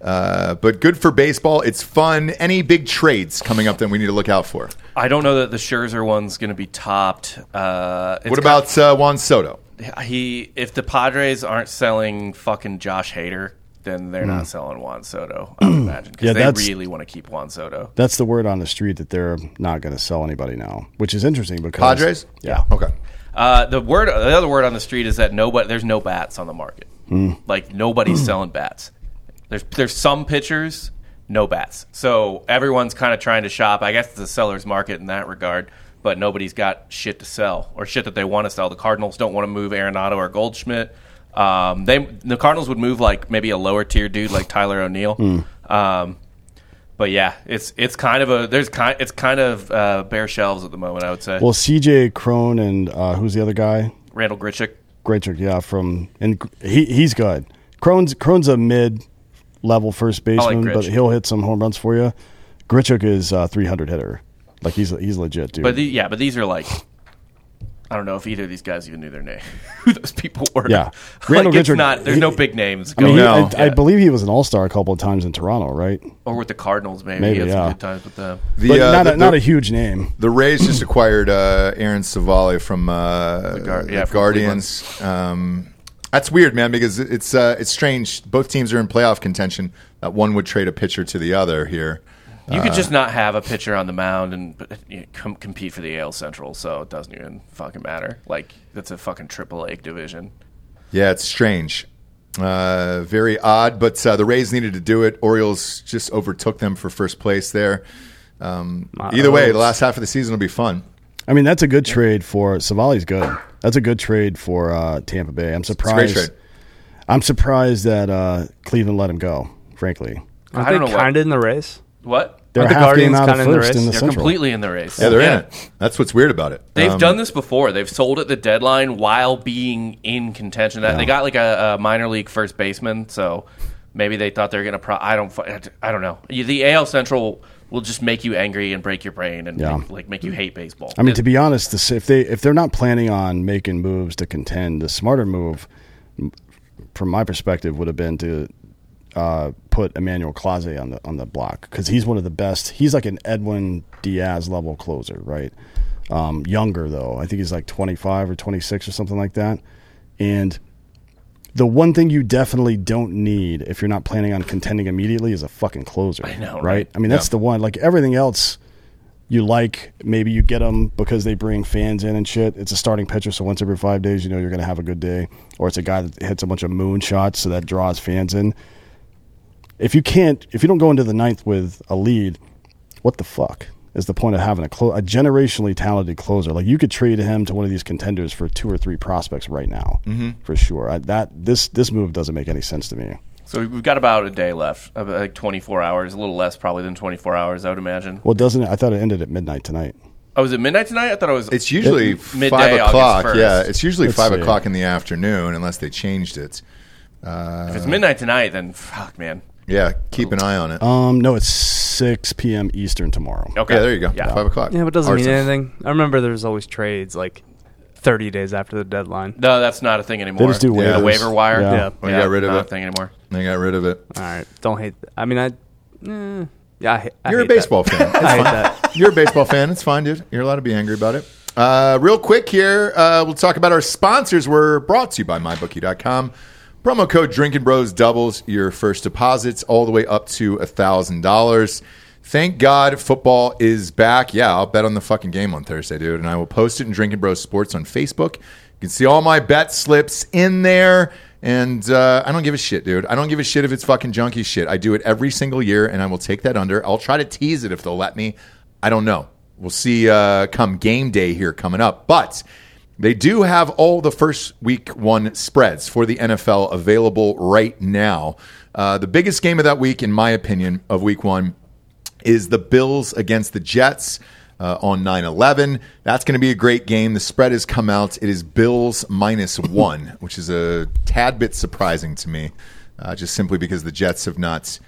B: Uh, but good for baseball. It's fun. Any big trades coming up that we need to look out for?
E: I don't know that the Scherzer one's going to be topped. Uh, it's
B: what about uh, Juan Soto?
E: kind- he? If the Padres aren't selling fucking Josh Hader, then they're not selling Juan Soto. I would imagine because
C: Hmm. Yeah,
E: they
C: that's-
E: really want to keep Juan Soto.
C: That's the word on the street that they're not going to sell anybody now, which is interesting because
B: Padres?
C: Yeah.
B: Okay.
E: Uh, the word, the other word on the street is that nobody, there's no bats on the market. Like nobody's selling bats. There's there's some pitchers, no bats. So everyone's kind of trying to shop. I guess it's a seller's market in that regard. But nobody's got shit to sell or shit that they want to sell. The Cardinals don't want to move Arenado or Goldschmidt. Um, they the Cardinals would move like maybe a lower tier dude like Tyler O'Neill. Um, but yeah, it's it's kind of a there's kind it's kind of uh, bare shelves at the moment. I would say
C: Well, CJ Crone and uh, who's the other guy?
E: Randall Grichuk.
C: Great trick, yeah. From and he he's good. Crone's Crone's a mid level first baseman,
E: Gritch.
C: but he'll hit some home runs for you. Grichuk is a 300 hitter. Like he's he's legit, dude.
E: But the, yeah, but these are like I don't know if either of these guys even knew their name, who those people were.
C: Yeah.
E: like
C: Randall
E: it's
C: Grichuk,
E: not. There's
C: he-
E: no big names
C: I mean,
E: going
C: he-
E: on.
C: I, I believe he was an All Star a couple of times in Toronto, right?
E: or with the Cardinals. Maybe,
C: Maybe,
E: he had
C: yeah.
E: some good times with them.
B: The,
C: But
B: uh,
C: not
B: the,
C: a, not
B: the-
C: a huge name.
B: the Rays just acquired uh, Aaron Savali from uh, the,
E: Guar- yeah, from
B: Guardians. Um, that's weird, man, because it's uh, it's strange. Both teams are in playoff contention. That one would trade a pitcher to the other here.
E: You
C: uh,
E: could just not have a pitcher on the mound and but, you know, com- compete for the AL Central, so it doesn't even fucking matter. Like that's a fucking triple A division.
B: Yeah, it's strange. Uh, very odd, but uh, the Rays needed to do it. Orioles just overtook them for first place there. Um,
D: My
B: either way,
D: O's.
B: the last half of the season will be fun.
C: I mean, that's a good trade for Savali's good. That's a good trade for uh, Tampa Bay. I'm
B: It's a great
C: surprised.
B: trade.
C: I'm surprised that uh, Cleveland let him go. Frankly,
E: I
D: Aren't
E: don't
D: they
E: know what-
D: kind of in the race?
E: What?
C: they're
D: Aren't the
C: half game
D: Guardians
C: out of
D: kinda in the
C: first
D: race?
C: in the
E: They're
C: Central.
E: completely in the race.
B: Yeah, they're in it. That's what's weird about it.
E: They've
B: Um,
E: done this before. They've sold at the deadline while being in contention. That they got like a, a minor league first baseman, so maybe they thought they were going to. Pro- I don't. fu- I don't know. You- The AL Central will just make you angry and break your brain and
C: Yeah.
E: make, like make you hate baseball.
C: I mean, to be honest, this, if they if they're not planning on making moves to contend, the smarter move, m- from my perspective, would have been to uh, put Emmanuel Clase on the on the block because he's one of the best. He's like an Edwin Diaz level closer, right? Um, younger though, I think he's like twenty five or twenty six or something like that, and. The one thing you definitely don't need if you're not planning on contending immediately is a fucking closer. I
E: know,
C: right?
E: right?
C: I mean, that's the one. Like everything else, you like. Maybe you get them because they bring fans in and shit. It's a starting pitcher, so once every five days, you know you're going to have a good day. Or it's a guy that hits a bunch of moon shots, so that draws fans in. If you can't, if you don't go into the ninth with a lead, what the fuck is the point of having a clo- a generationally talented closer? Like you could trade him to one of these contenders for two or three prospects right now,
B: Mm-hmm.
C: for sure. I, that this this move doesn't make any sense to me.
E: so we've got about a day left, about, like 24 hours, a little less probably than 24 hours, I would imagine.
C: Well, doesn't it? I thought it ended at midnight tonight.
E: Oh, was it midnight tonight? I thought it was.
B: It's usually
E: midday,
B: five
E: August
B: o'clock.
E: 1st.
B: Yeah, it's usually
C: Let's
B: five
C: see.
B: o'clock in the afternoon, unless they changed it.
E: if
C: Uh,
E: it's midnight tonight, then fuck, man.
B: Yeah, keep an eye on it.
C: Um, no, it's six p.m. Eastern tomorrow.
E: Okay,
B: yeah, there you go.
E: Yeah.
B: Five o'clock.
D: Yeah, but it doesn't
B: Our
D: mean
B: stuff.
D: anything. I remember there's always trades like 30 days after the deadline.
E: No, that's not a thing anymore.
C: They just do
B: Yeah,
C: waivers.
E: the waiver wire.
C: Yeah.
D: Yeah.
B: We got rid of
E: not
B: it.
E: a thing anymore.
B: They got rid of it.
D: All right, don't hate. That. I mean, I. eh, yeah, I, ha- I
B: You're a
D: hate that.
B: baseball fan. It's
D: I hate
B: fine.
D: that.
B: You're a baseball fan. It's fine, dude. You're allowed to be angry about it. Uh, real quick here, uh, we'll talk about our sponsors. We're brought to you by mybookie.com. Promo code Drinking Bros doubles your first deposits all the way up to $1,000. Thank God football is back. Yeah, I'll bet on the fucking game on Thursday, dude. And I will post it in Drinking Bros Sports on Facebook. You can see all my bet slips in there. And uh, I don't give a shit, dude. I don't give a shit if it's fucking junkie shit. I do it every single year, and I will take that under. I'll try to tease it if they'll let me. I don't know. We'll see uh, come game day here coming up. But they do have all the first week one spreads for the NFL available right now. Uh, the biggest game of that week, in my opinion, of week one is the Bills against the Jets uh, on 9 11. That's going to be a great game. The spread has come out. It is Bills minus one, which is a tad bit surprising to me, uh, just simply because the Jets have not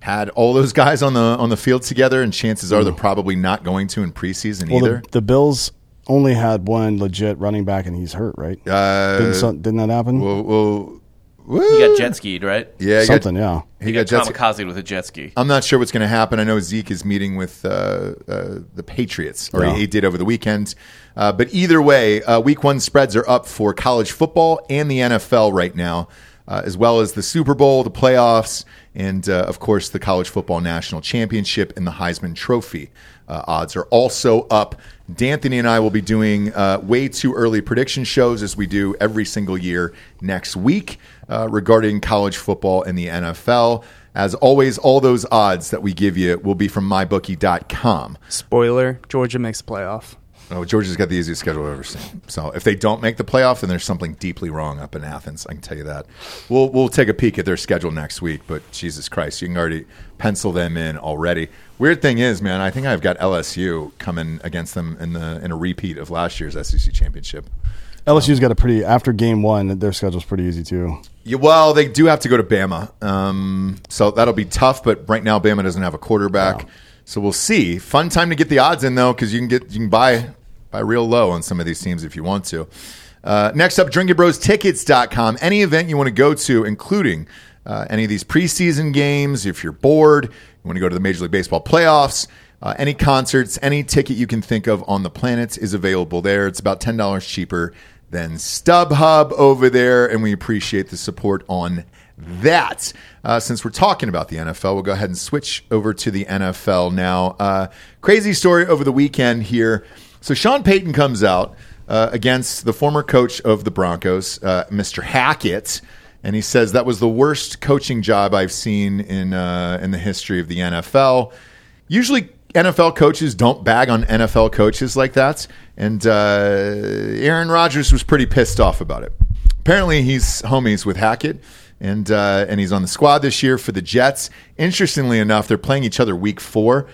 B: had all those guys on the on the field together, and chances are they're probably not going to in preseason
C: Well,
B: either.
C: the, the Bills only had one legit running back, and he's hurt, right?
B: Uh,
C: didn't, some- didn't that happen?
B: well, well, woo.
E: He got jet skied, right?
B: yeah, Oh. he got-
C: Something, yeah.
B: He
E: He
B: got
E: got
B: jet ski-
E: kamikaze with a jet ski.
B: I'm not sure what's going to happen. I know Zeke is meeting with uh, uh, the Patriots, or
C: Yeah.
B: he did over the weekend. Uh, but either way, uh, week one spreads are up for college football and the NFL right now, uh, as well as the Super Bowl, the playoffs, and uh, of course the College Football National Championship and the Heisman Trophy. Uh, odds are also up. D'Anthony and I will be doing uh, way too early prediction shows as we do every single year next week uh, regarding college football and the NFL. As always, all those odds that we give you will be from mybookie.com.
D: Spoiler: Georgia makes the playoff.
B: Oh, Georgia's got the easiest schedule I've ever seen. So if they don't make the playoff, then there's something deeply wrong up in Athens. I can tell you that. We'll we'll take a peek at their schedule next week, but Jesus Christ, you can already pencil them in already. Weird thing is, man, I think I've got LSU coming against them in the in a repeat of last year's SEC championship.
C: LSU's got a pretty after game one. Their schedule's pretty easy too.
B: Yeah, well, they do have to go to Bama, um, so that'll be tough. But right now, Bama doesn't have a quarterback, so we'll see. Fun time to get the odds in though, because you can get you can buy buy real low on some of these teams if you want to. Uh, next up, drinkitbrostickets.com. Any event you want to go to, including uh, any of these preseason games, if you're bored, you want to go to the Major League Baseball playoffs. Uh, any concerts, any ticket you can think of on the planet is available there. It's about ten dollars cheaper than StubHub over there, and we appreciate the support on that. Uh, since we're talking about the NFL, we'll go ahead and switch over to the NFL now. Uh, crazy story over the weekend here. So Sean Payton comes out uh, against the former coach of the Broncos, uh, Mr. Hackett. And he says that was the worst coaching job I've seen in uh, in the history of the NFL usually NFL coaches don't bag on NFL coaches like that. And uh, Aaron Rodgers was pretty pissed off about it. Apparently, he's homies with Hackett, and uh, and he's on the squad this year for the Jets. Interestingly enough, they're playing each other Week Four.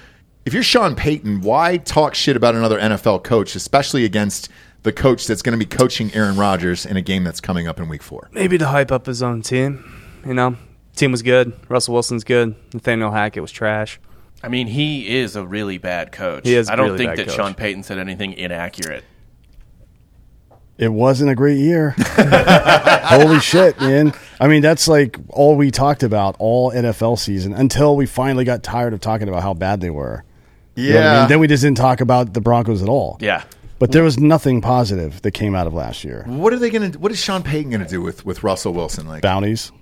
B: If you're Sean Payton, why talk shit about another NFL coach, especially against the coach that's going to be coaching Aaron Rodgers in a game that's coming up in Week Four?
D: Maybe to hype up his own team. You know, team was good. Russell Wilson's good. Nathaniel Hackett was trash.
E: I mean, he is a really bad coach.
D: He is
E: I don't
D: really
E: think
D: bad
E: that
D: coach.
E: Sean Payton said anything inaccurate.
C: It wasn't a great year. Holy shit, man. I mean, that's like all we talked about all NFL season until we finally got tired of talking about how bad they were. You know what I mean? Then we just didn't talk about the Broncos at all.
E: Yeah.
C: But there was nothing positive that came out of last year.
B: What are they going to? What is Sean Payton going to do with with Russell Wilson? Like, I,
C: Bounties,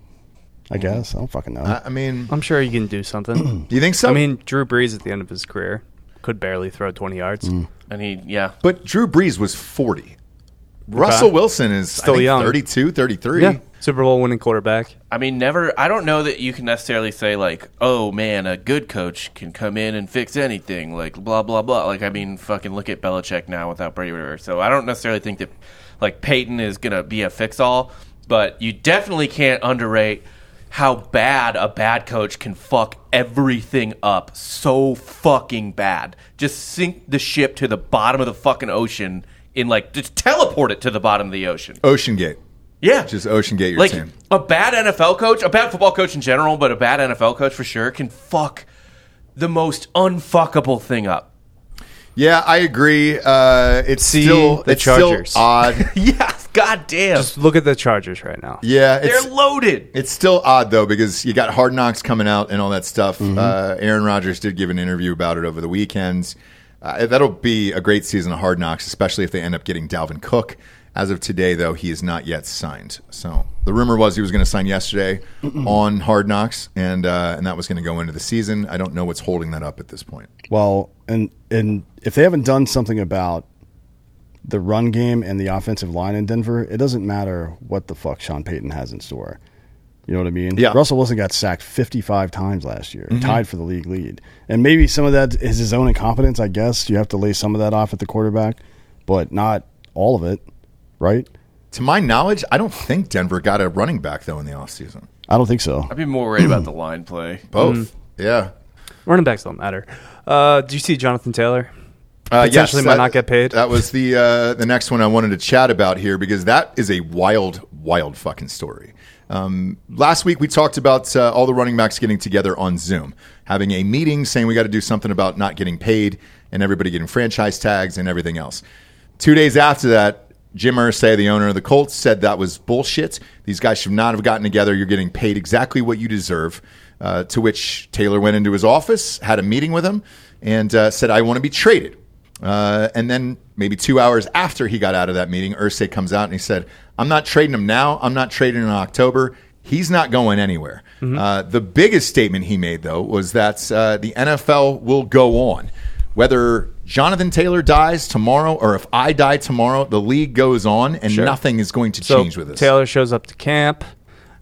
C: I guess. I don't fucking know.
B: I mean,
D: I'm sure you can do something.
B: do you think so?
D: I mean, Drew Brees at the end of his career could barely throw 20 yards.
B: Mm.
E: And he, yeah.
B: but Drew Brees was forty. Russell Wilson is still I think,
D: young.
B: 32, 33.
D: Yeah, Super Bowl winning quarterback.
E: I mean, never. I don't know that you can necessarily say like, "Oh man, a good coach can come in and fix anything." Like blah blah blah. Like I mean, fucking look at Belichick now without Brady. Whatever. So I don't necessarily think that like Peyton is gonna be a fix all, but you definitely can't underrate how bad a bad coach can fuck everything up so fucking bad. Just sink the ship to the bottom of the fucking ocean in like just teleport it to the bottom of the ocean.
B: Ocean Gate.
E: Yeah,
B: Just Ocean Gate your
E: like
B: team.
E: a bad NFL coach, a bad football coach in general, but a bad NFL coach for sure can fuck the most unfuckable thing up.
B: Yeah, I agree. Uh, it's
D: See
B: still
D: the
B: it's still
D: Chargers.
B: odd.
E: Yeah, goddamn,
D: Just look at the Chargers right now.
B: Yeah,
E: they're
B: it's
E: loaded.
B: It's still odd though because you got Hard Knocks coming out and all that stuff. Uh, Aaron Rodgers did give an interview about it over the weekend. Uh, that'll be a great season of Hard Knocks, especially if they end up getting Dalvin Cook. As of today, though, he is not yet signed. So the rumor was he was going to sign yesterday on Hard Knocks, and uh, and that was going to go into the season. I don't know what's holding that up at this point.
C: Well, and and if they haven't done something about the run game and the offensive line in Denver, it doesn't matter what the fuck Sean Payton has in store. You know what I mean?
B: Yeah.
C: Russell Wilson got sacked 55 times last year, tied for the league lead. And maybe some of that is his own incompetence, I guess. You have to lay some of that off at the quarterback, but not all of it, right?
B: To my knowledge, I don't think Denver got a running back though in the offseason.
C: I don't think so.
E: I'd be more worried about the line play.
B: Both, yeah.
D: Running backs don't matter. Uh, do you see Jonathan Taylor?
B: Uh,
D: Potentially might not get paid.
B: That was the uh, the next one I wanted to chat about here because that is a wild, wild fucking story. Um, last week we talked about uh, all the running backs getting together on Zoom, having a meeting, saying we got to do something about not getting paid and everybody getting franchise tags and everything else. Two days after that, Jim Irsay, the owner of the Colts, said that was bullshit. These guys should not have gotten together. You're getting paid exactly what you deserve. Uh, to which Taylor went into his office, had a meeting with him, and uh, said, I want to be traded. Uh, and then maybe two hours after he got out of that meeting, Ursay comes out and he said, I'm not trading him now. I'm not trading him in October. He's not going anywhere. Uh, the biggest statement he made, though, was that uh, the NFL will go on. Whether Jonathan Taylor dies tomorrow or if I die tomorrow, the league goes on and nothing is going to
D: So
B: change with this.
D: Taylor shows up to camp,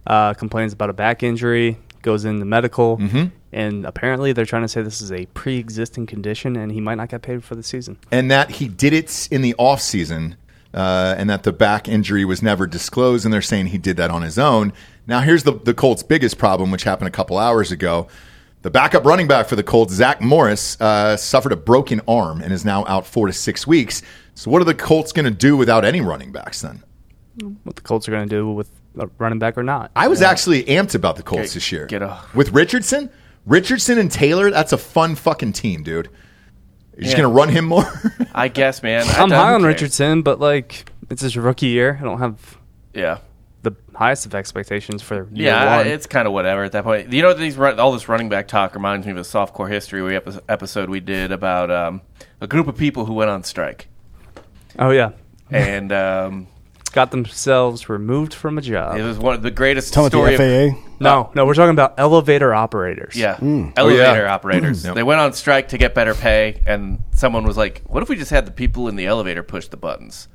D: uh, complains about a back injury, goes into medical,
E: Mm-hmm.
D: and apparently they're trying to say this is a pre-existing condition and he might not get paid for the season.
B: and that he did it in the offseason uh, and that the back injury was never disclosed. And they're saying he did that on his own. Now, here's the, the Colts' biggest problem, which happened a couple hours ago. The backup running back for the Colts, Zach Morris, uh, suffered a broken arm and is now out four to six weeks. So, what are the Colts going to do without any running backs then?
D: What the Colts are going to do with a running back or not?
B: I was actually amped about the Colts this year.
E: get a-
B: With Richardson? Richardson and Taylor, that's a fun fucking team, dude. You're just
E: Yeah.
B: going to run him more?
E: I guess, man. I
D: I'm
E: don't
D: high on
E: care.
D: Richardson, but like it's his rookie year. I don't have
E: Yeah,
D: the highest of expectations for year
E: yeah.
D: one.
E: It's kind of whatever at that point. You know, these run, all this running back talk reminds me of a softcore history we epi- episode we did about um, a group of people who went on strike
D: oh yeah,
E: and. Um,
D: got themselves removed from a job.
E: It was one of the greatest
C: Tell me
E: story
C: the
E: of-
C: FAA.
D: no, no, we're talking about elevator operators.
E: Yeah.
C: Hmm.
E: Elevator
B: yeah.
E: operators.
B: Yep.
E: They went on strike to get better pay, and someone was like, what if we just had the people in the elevator push the buttons?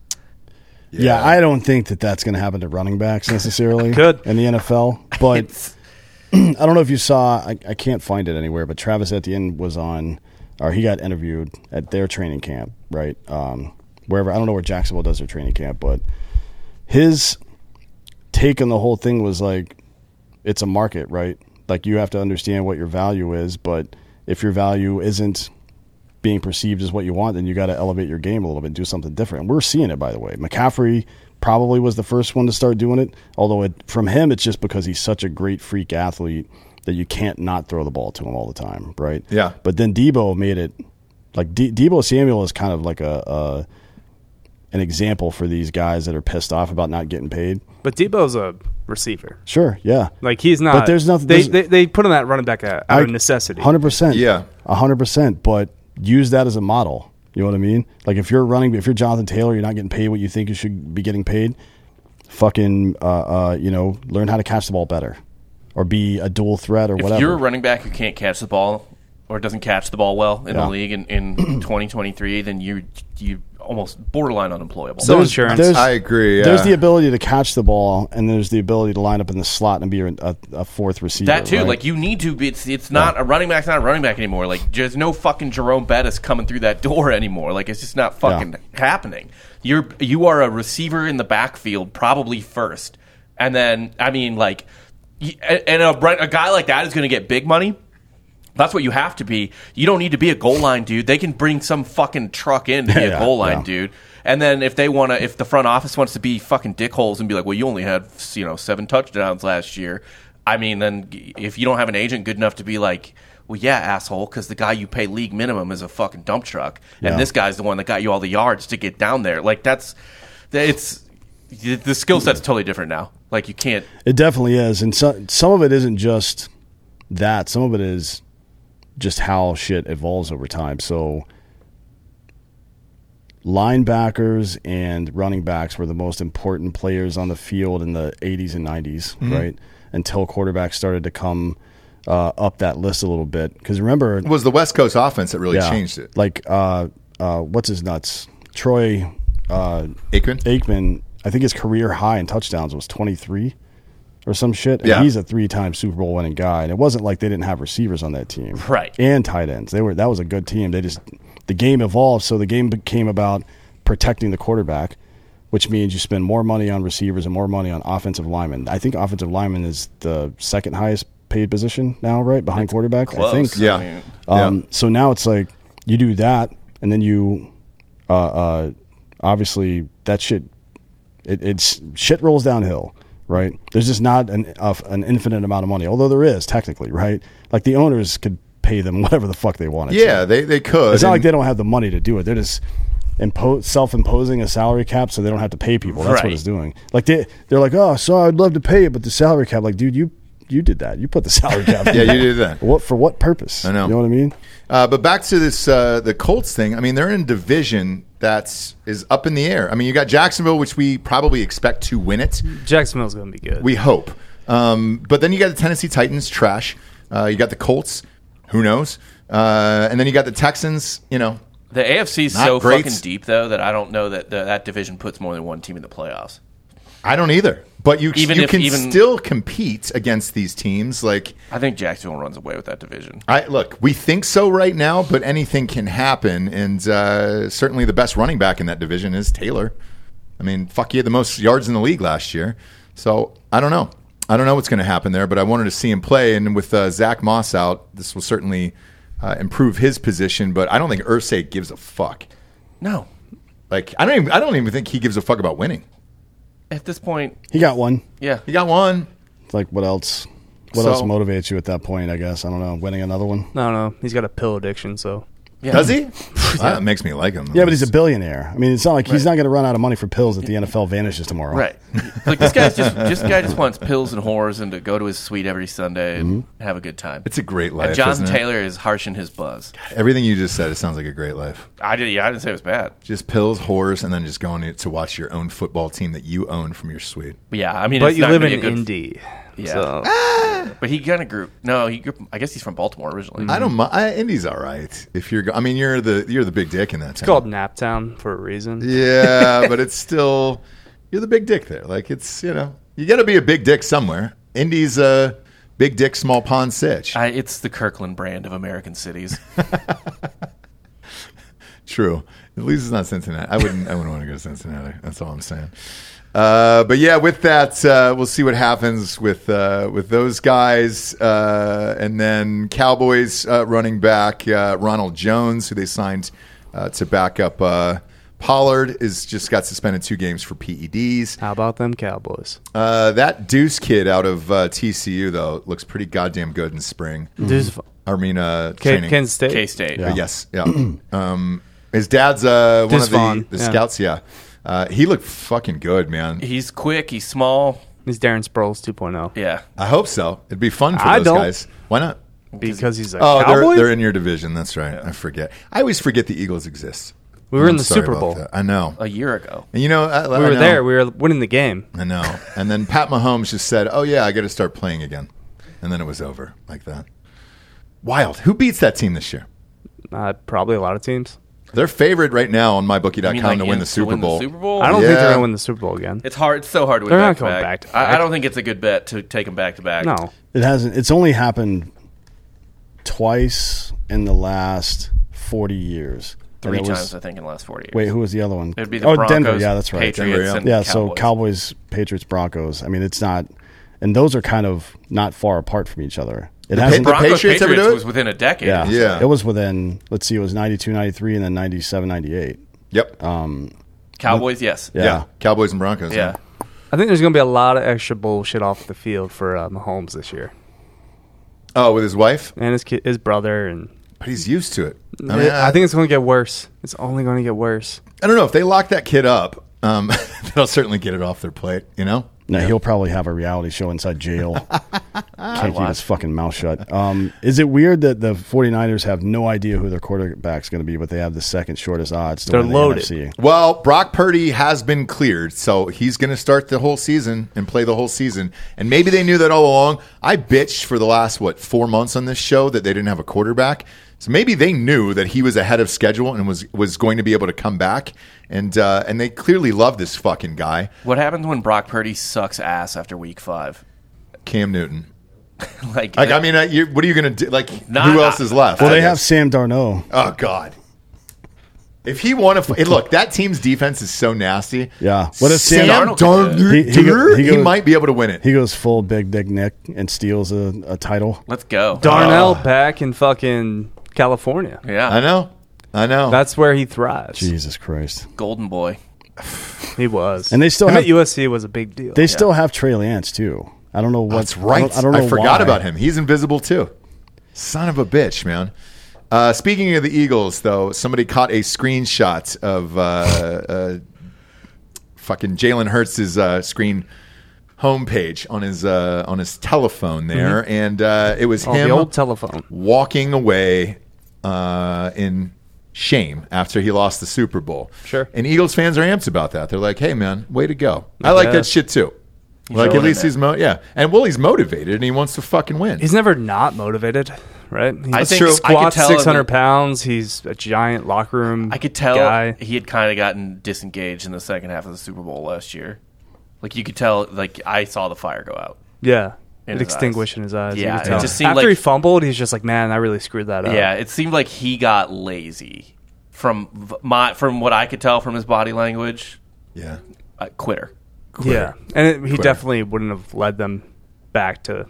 C: Yeah. I don't think that that's going to happen to running backs necessarily
D: Could.
C: in the NFL. But I don't know if you saw. I, I can't find it anywhere. But Travis Etienne was on, or he got interviewed at their training camp, right? Um, wherever I don't know where Jacksonville does their training camp, but his take on the whole thing was like, it's a market, right? Like you have to understand what your value is, but if your value isn't being perceived as what you want, then you got to elevate your game a little bit, do something different. And we're seeing it, by the way. McCaffrey probably was the first one to start doing it, although it, from him, it's just because he's such a great freak athlete that you can't not throw the ball to him all the time, right?
B: Yeah.
C: But then Debo made it like De- Debo Samuel is kind of like a, a an example for these guys that are pissed off about not getting paid.
D: But Debo's a receiver.
C: Sure, yeah.
D: Like he's not.
C: But there's nothing-
D: They,
C: there's-
D: they, they put him that running back out, out of necessity.
C: Hundred percent.
B: Yeah.
C: hundred percent. But use that as a model. You know what I mean? Like if you're running, if you're Jonathan Taylor, you're not getting paid what you think you should be getting paid. Fucking, uh, uh, you know, learn how to catch the ball better, or be a dual threat, or
E: If
C: whatever.
E: you're a running back who can't catch the ball or doesn't catch the ball well in
C: Yeah.
E: the league in, in 2023, then you you almost borderline unemployable.
D: So- insurance.
B: I agree, yeah.
C: There's the ability to catch the ball, and there's the ability to line up in the slot and be a, a, a fourth receiver.
E: that too,
C: right?
E: like you need to be. It's, it's not a running back's not a running back anymore. Like there's no fucking Jerome Bettis coming through that door anymore. Like it's just not fucking happening. You're you are a receiver in the backfield probably first, and then I mean like, y- and a, run- a guy like that is going to get big money. That's what you have to be. You don't need to be a goal line dude. They can bring some fucking truck in to be
C: Yeah,
E: a goal line
C: yeah.
E: dude. And then if they want to, if the front office wants to be fucking dickholes and be like, well, you only had you know seven touchdowns last year. I mean, then if you don't have an agent good enough to be like, well, yeah, asshole, because the guy you pay league minimum is a fucking dump truck,
C: Yeah.
E: and this guy's the one that got you all the yards to get down there. Like that's, it's the skill set's totally different now. Like you can't
C: It definitely is, and some some of it isn't just that. Some of it is just how shit evolves over time. So linebackers and running backs were the most important players on the field in the 80s and 90s,
B: Mm-hmm.
C: right? Until quarterbacks started to come uh, up that list a little bit. Because remember,
B: It was the West Coast offense that really changed it.
C: Like uh, uh, what's his nuts? Troy uh,
B: Aikman?
C: Aikman, I think his career high in touchdowns was 23 or some shit. And
B: Yeah.
C: He's a three-time Super Bowl winning guy, and it wasn't like they didn't have receivers on that team,
E: Right.
C: And tight ends. They were that was a good team. They just the game evolved, so the game became about protecting the quarterback, which means you spend more money on receivers and more money on offensive linemen. I think offensive lineman is the second highest paid position now, right behind quarterback. I
E: close.
C: think,
B: Yeah.
E: I mean-
C: um,
B: yeah.
C: So now it's like you do that, and then you, uh, uh, obviously that shit, it, it's shit rolls downhill, right? There's just not an of an infinite amount of money, although there is technically, right? Like the owners could pay them whatever the fuck they wanted. to.
B: Yeah, they, they could.
C: it's not like
B: and-
C: they don't have the money to do it. They're just impose self-imposing a salary cap so they don't have to pay people. That's what
E: Right.
C: it's doing. Like they they're like, oh, so I'd love to pay you, but the salary cap, like, dude, you you did that. You put the salary cap.
B: Yeah, you did that.
C: What for? What purpose?
B: I know.
C: You know what I mean?
B: Uh, but back to this uh, the Colts thing. I mean, they're in a division that's is up in the air. I mean, you got Jacksonville, which we probably expect to win it.
D: Jacksonville's going to be good.
B: We hope. Um, but then you got the Tennessee Titans, trash. Uh, you got the Colts, who knows? Uh, and then you got the Texans. You know,
E: The AFC is
B: Not
E: so
B: great.
E: fucking deep, though, that I don't know that the, that division puts more than one team in the playoffs.
B: I don't either. But you
E: Even
B: you
E: if-
B: can
E: even-
B: still compete against these teams. Like
E: I think Jacksonville runs away with that division.
B: I look, we think so right now, but anything can happen. And uh, certainly, the best running back in that division is Taylor. I mean, fuck, he had the most yards in the league last year. So I don't know. I don't know what's going to happen there, but I wanted to see him play. And with uh, Zach Moss out, this will certainly uh, improve his position. But I don't think Ursay gives a fuck.
E: No,
B: Like I don't even I don't even think he gives a fuck about winning.
E: at this point,
C: He got one.
E: yeah,
B: He got one.
C: It's like what else? What
B: So-
C: else motivates you at that point? I guess I don't know. Winning another one.
D: no, no, he's got a pill addiction. So
B: Does he? Well, that makes me like him.
C: Yeah, but he's a billionaire. I mean, it's not like he's not going to run out of money for pills if the NFL vanishes tomorrow.
E: right. Like this guy's just this guy just wants pills and whores and to go to his suite every Sunday and have a good time.
B: It's a great life.
E: and Jonathan
B: isn't it?
E: Taylor is harshing his buzz.
B: Everything you just said, it sounds like a great life.
E: I did. Yeah, I didn't say it was bad.
B: Just pills, whores, and then just going to- to watch your own football team that you own from your suite.
E: But yeah, I mean,
D: but
E: it's
D: you
E: not
D: live
E: gonna
D: in
E: be a good,
D: Indy.
E: Yeah.
D: So.
E: But he kind of grew. No, he grew. I guess he's from Baltimore originally.
B: I
D: Mm-hmm.
B: don't. mi- I, Indy's all right. If you're, go- I mean, you're the you're the big dick in that.
D: It's called Naptown for a reason.
B: Yeah, but it's still you're the big dick there. Like it's you know you got to be a big dick somewhere. Indy's a big dick, small pond sitch.
E: I, it's the Kirkland brand of American cities.
B: True. At least it's not Cincinnati. I wouldn't. I wouldn't want to go to Cincinnati. That's all I'm saying. Uh, but yeah, with that, uh, we'll see what happens with uh, with those guys, uh, and then Cowboys uh, running back uh, Ronald Jones, who they signed uh, to back up uh, Pollard is just got suspended two games for PEDs.
D: How about them Cowboys?
B: Uh, that Deuce kid out of uh, TCU though looks pretty goddamn good in spring.
D: Dude's-
B: I mean, uh,
D: K-
B: training.
D: Kansas State.
E: K State.
B: Uh, Yes, yeah. um, his dad's uh, one
D: Deuce
B: of the,
D: Vaughn,
B: the
D: yeah.
B: scouts. Yeah, uh, he looked fucking good, man.
E: He's quick. He's small.
D: He's Darren Sproles oh? 2.0
E: Yeah.
B: I hope so. It'd be fun for
D: I
B: those
D: don't-
B: guys. Why not?
D: because he's a
B: Oh,
D: Cowboy.
B: they're they're in your division. That's right. I forget. I always forget the Eagles exist.
D: we were in
B: I'm
D: the
B: sorry
D: Super
B: about
D: Bowl.
B: that. I know.
E: A year ago.
B: And you know, I,
D: We were there. We were winning the game.
B: I know. And then Pat Mahomes just said, "Oh yeah, I got to start playing again," and then it was over like that. Wild. Who beats that team this year?
D: Uh, probably a lot of teams.
B: They're favored right now on mybookie.com
E: I mean, like,
B: to
E: in-
B: win the Super
E: win
B: Bowl.
E: Super Bowl.
D: I don't think
B: Yeah.
D: they're gonna win the Super Bowl again.
E: It's hard. It's so hard to win
D: They're not
E: back
D: going
E: to
D: back to
E: back. I, I
D: back.
E: don't think it's a good bet to take them back to back.
D: No,
C: It hasn't. It's only happened twice in the last forty years.
E: Three
C: And it was-
E: times, I think, in the last 40 years.
C: Wait, who was the other one?
E: It'd be the
C: oh,
E: Broncos,
C: Denver. Yeah, that's right.
E: Patriots,
B: Denver, yeah.
E: and
C: yeah,
E: Cowboys.
C: so Cowboys, Patriots, Broncos. I mean, it's not, and those are kind of not far apart from each other. It hasn't.
B: the
E: Broncos
B: Patriots
E: Patriots,
B: ever do it?
E: was within a decade.
C: yeah,
B: Yeah.
C: It was within. Let's see, it was 92, 93, and then 97, 98.
B: Yep.
E: Cowboys, yes.
C: Yeah.
B: yeah. Cowboys and Broncos.
E: Yeah.
D: I think there's gonna be a lot of extra bullshit off the field for uh, Mahomes this year,
B: Oh, with his wife,
D: and his kid, his brother, and
B: but he's used to it. I,
D: I,
B: mean, I
D: think it's gonna get worse. It's only gonna get worse.
B: I don't know if they lock that kid up. Um, they'll certainly get it off their plate. You know.
C: Now he'll probably have a reality show inside jail. Can't keep his fucking mouth shut. Um, is it weird that the 49ers have no idea who their quarterback's going to be, but they have the second shortest odds? To
D: They're
C: win the
D: loaded.
C: NFC?
B: Well, Brock Purdy has been cleared, so he's going to start the whole season and play the whole season. And maybe they knew that all along. I bitched for the last what four months on this show that they didn't have a quarterback. So maybe they knew that he was ahead of schedule and was was going to be able to come back. And uh, and they clearly love this fucking guy,
E: What happens when Brock Purdy sucks ass after week five?
B: Cam Newton.
E: Like,
B: Like I mean, uh, you what are you going to do? Like
E: Nah,
B: who
E: nah.
B: else is left?
C: Well,
B: I
C: they have
B: guess.
C: Sam Darnold.
B: Oh God. If he won, a, hey, look, that team's defense is so nasty.
C: Yeah. What if Sam
B: Sam
E: Darnold could
C: do it? He- he go-
B: Darnold?
C: he
B: He
C: goes-
B: might be able to win it.
C: He goes full big dick Nick and steals a, a title.
E: let's go.
D: Darnell back in fucking California.
E: Yeah.
B: I know. I know.
D: That's where he thrives.
C: Jesus Christ!
E: Golden boy.
D: He was,
C: And they still
D: him
C: have-
D: at USC was a big deal.
C: They still have Trey Lance too. I don't know what.
B: That's right.
C: I don't, I don't know.
B: forgot
C: why.
B: about him. He's invisible too. Son of a bitch, man. Uh, speaking of the Eagles, though, somebody caught a screenshot of uh, uh, fucking Jalen Hurts' uh, screen homepage on his uh, on his telephone there,
C: Mm-hmm.
B: and uh, it was
D: on
B: him
D: Oh, the old telephone.
B: walking away uh, in shame after he lost the Super Bowl.
D: Sure.
B: And Eagles fans are amped about that. They're like, "Hey, man, way to go!" I like
D: Yeah.
B: that shit too. like at
E: showing
B: least
E: it.
B: he's mo- yeah, and Willie's motivated and he wants to fucking win.
D: He's never not motivated, right? He
E: That's think true. I could
D: squats
E: tell
D: six hundred
E: it-
D: pounds. He's a giant locker room.
E: I could tell
D: guy.
E: he had kind of gotten disengaged in the second half of the Super Bowl last year. Like, you could tell, like, I saw the fire go out.
D: Yeah.
E: in
D: It
E: his
D: extinguished
E: eyes.
D: in his eyes.
E: Yeah,
D: you could
E: it
D: tell.
E: just seemed
D: After
E: like-
D: he fumbled, he's just like, man, I really screwed that up.
E: Yeah, it seemed like he got lazy from v- my from what I could tell from his body language.
B: yeah,
E: Uh, quitter.
D: Yeah. And it, he definitely wouldn't have led them back to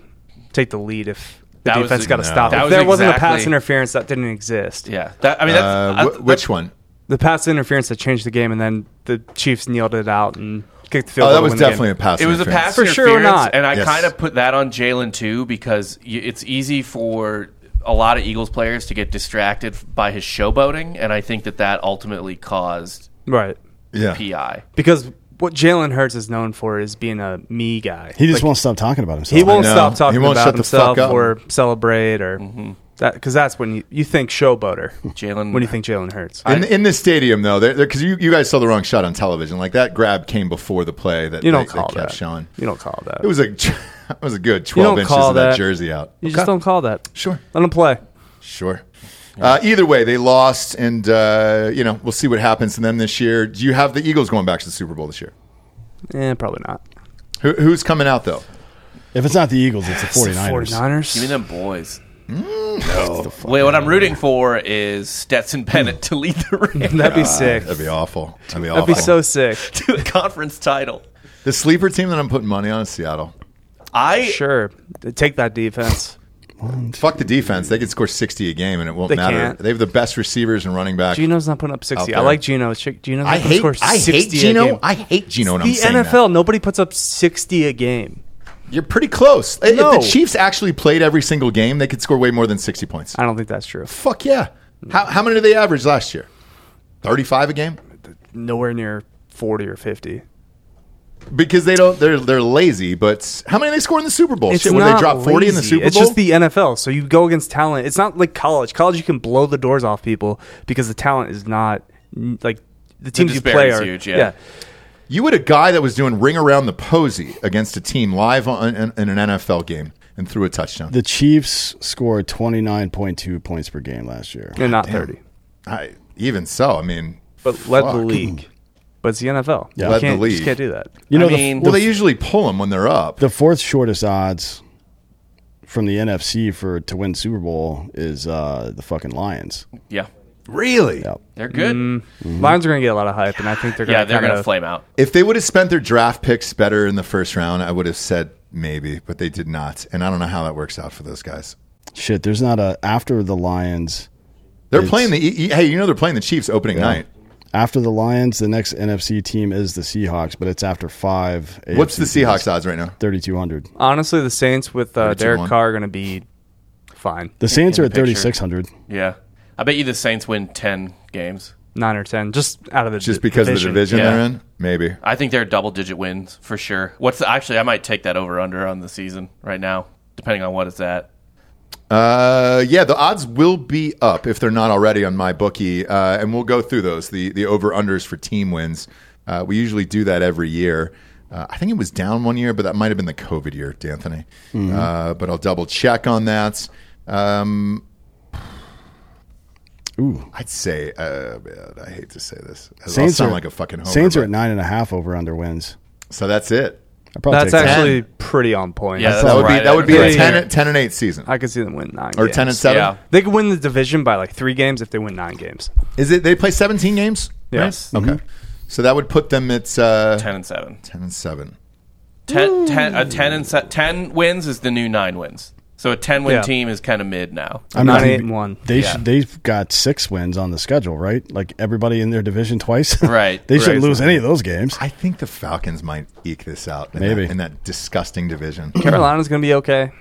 D: take the lead if the
E: That was
D: defense
E: the-
D: got a
E: no.
D: stop.
E: That
D: if
E: was
D: there wasn't a pass
E: exactly-
D: interference, that didn't exist.
E: Yeah, that, I mean that's
B: Uh,
E: I-
B: wh- which one?
D: The pass interference that changed the game, and then the Chiefs kneeled it out and kicked the
B: Oh,
D: field. goal
B: that
D: to
B: was
D: win the game.
B: definitely a pass.
E: It was a
B: interference.
E: pass
D: For sure or
E: interference,
D: not.
E: and I
B: Yes.
E: kind of put that on Jalen too because y it's easy for a lot of Eagles players to get distracted by his showboating, and I think that that ultimately caused
D: Right.
B: Yeah,
E: PI.
D: Because what Jalen Hurts is known for is being a me guy.
C: He just
D: Like,
C: won't stop talking about himself.
D: He won't
B: I know.
D: stop talking
B: He won't
D: about
B: shut the
D: himself
B: fuck up.
D: or celebrate or
E: Mm-hmm.
D: that because that's when you, you think showboater.
E: Jalen-
D: when you think Jalen Hurts.
B: In, in the stadium, though, because you, you guys saw the wrong shot on television. Like that grab came before the play that they,
D: you don't
B: they
D: call
B: kept
D: that.
B: showing.
D: You don't call that.
B: It was a it was a good
D: you
B: twelve
D: don't
B: inches
D: call
B: of that, jersey out.
D: You just
B: Okay.
D: don't call that.
B: Sure.
D: Let him play.
B: Sure. Uh, either way, they lost, and uh, you know we'll see what happens to them this year. Do you have the Eagles going back to the Super Bowl this year?
D: Eh, probably not.
B: Who, who's coming out though?
C: If it's not the Eagles, it's the 49ers.
D: 49ers.
E: Give me them boys.
B: Mm.
E: no. Wait, what I'm rooting for is Stetson Bennett to lead the Rams
D: That'd be sick.
B: That'd be awful. That'd be awful.
D: That'd be so sick.
E: to a conference title.
B: the sleeper team that I'm putting money on is Seattle.
E: I
D: Sure. Take that defense.
B: Fuck the defense. They can score 60 a game and it won't
D: They
B: matter.
D: can't.
B: They have the best receivers and running back.
D: Gino's not putting up 60.
B: Out
D: I
B: there.
D: like Gino. Ch- Gino's not
B: I
D: gonna
B: hate
D: score
B: I
D: 60
B: hate
D: a game.
B: Gino. I hate Gino and I'm
D: the
B: saying that.
D: NFL, nobody puts up 60 a game.
B: You're pretty close. If-
D: No.
B: If the Chiefs actually played every single game, they could score way more than 60 points.
D: I don't think that's true.
B: Fuck yeah. How, how many did they average last year? 35 a game?
D: Nowhere near 40 or 50.
B: Because they don't they're they're lazy, but how many they score in the Super Bowl? Shit, when they
D: not
B: drop 40 in the
D: lazy.
B: Super
D: It's
B: Bowl?
D: just the NFL. So you go against talent. It's not like college. College, you can blow the doors off people because the talent is not n- like the teams you play
E: disparity's
D: are
E: huge, yeah.
B: You had a guy that was doing ring around the posy against a team live on, in, in an NFL game and threw a touchdown.
C: The Chiefs scored 29.2 points per game last year.
D: and not 30.
B: I, even so, I mean,
D: But led
B: Fuck.
D: the league. But it's the NFL.
C: Yeah.
D: You
B: Led the
D: can't- you just
B: league.
D: can't do that.
C: You know,
E: I
C: the-
E: mean,
B: well, they usually pull them when they're up.
C: the fourth shortest odds from the NFC for to win Super Bowl is uh, the fucking Lions.
E: yeah,
B: really?
C: Yep.
E: they're good.
B: Mm-hmm.
D: Lions are going to get a lot of hype, and I think Mm-hmm. they're going
E: yeah,
D: to
E: they're gonna flame out.
B: If they would have spent their draft picks better in the first round, I would have said maybe, but they did not. And I don't know how that works out for those guys.
C: Shit, there's not a after the Lions.
B: They're
C: It's-
B: playing the e- e- hey, you know they're playing the Chiefs opening night.
C: After the Lions, the next NFC team is the Seahawks, but it's after five.
B: What's the Seahawks odds right now?
C: Thirty-two hundred.
D: Honestly, the Saints with uh,
B: 32-1.
D: Derek Carr are going to be fine.
C: The Saints
E: in
C: are
E: the
C: at
E: picture.
C: thirty-six hundred.
E: Yeah, I bet you the Saints win ten games.
D: Nine or 10, just out of the
B: Just because of the division
E: yeah.
B: they're in, maybe.
E: I think they're double digit wins for sure. What's the, actually? I might take that over under on the season right now, depending on what it's at.
B: Uh, yeah, the odds will be up if they're not already on my bookie, uh, and we'll go through those the the over unders for team wins. Uh, we usually do that every year. Uh, I think it was down one year, but that might have been the COVID year, D'Anthony.
C: Mm-hmm.
B: Uh, but I'll double check on that. Um,
C: Ooh,
B: I'd say uh, man, I hate to say this. I'll
C: Saints
B: sound
C: are
B: like a fucking homer.
C: Saints are
B: but-
C: at nine and a half over under wins.
B: so that's it.
C: I probably
D: That's
C: take that.
D: actually pretty on point.
E: Yeah,
B: That would be
E: right
B: that would be
E: under
B: a
E: the
B: 10,
E: year.
B: 10 and eight season
D: I could see them win nine
B: or
D: games.
B: ten and seven.
E: Yeah.
D: They could win the division by like three games if they win nine games.
B: Is it they play seventeen games?
D: Yes.
B: Okay, so that would put them at uh,
E: Ten and seven.
B: ten and seven.
E: Ten, ten, a ten and se- ten wins is the new nine wins. So a ten win
D: Yeah.
E: team is kind of mid now.
C: I mean,
D: Nine,
C: they-
D: eight, and one.
C: They
E: Yeah.
C: should, they've got six wins on the schedule, right? Like everybody in their division twice.
E: Right,
C: they shouldn't
E: right.
C: lose any of those games.
B: I think the Falcons might eke this out. In
C: Maybe.
B: that, in that disgusting division,
D: Carolina's going to be okay.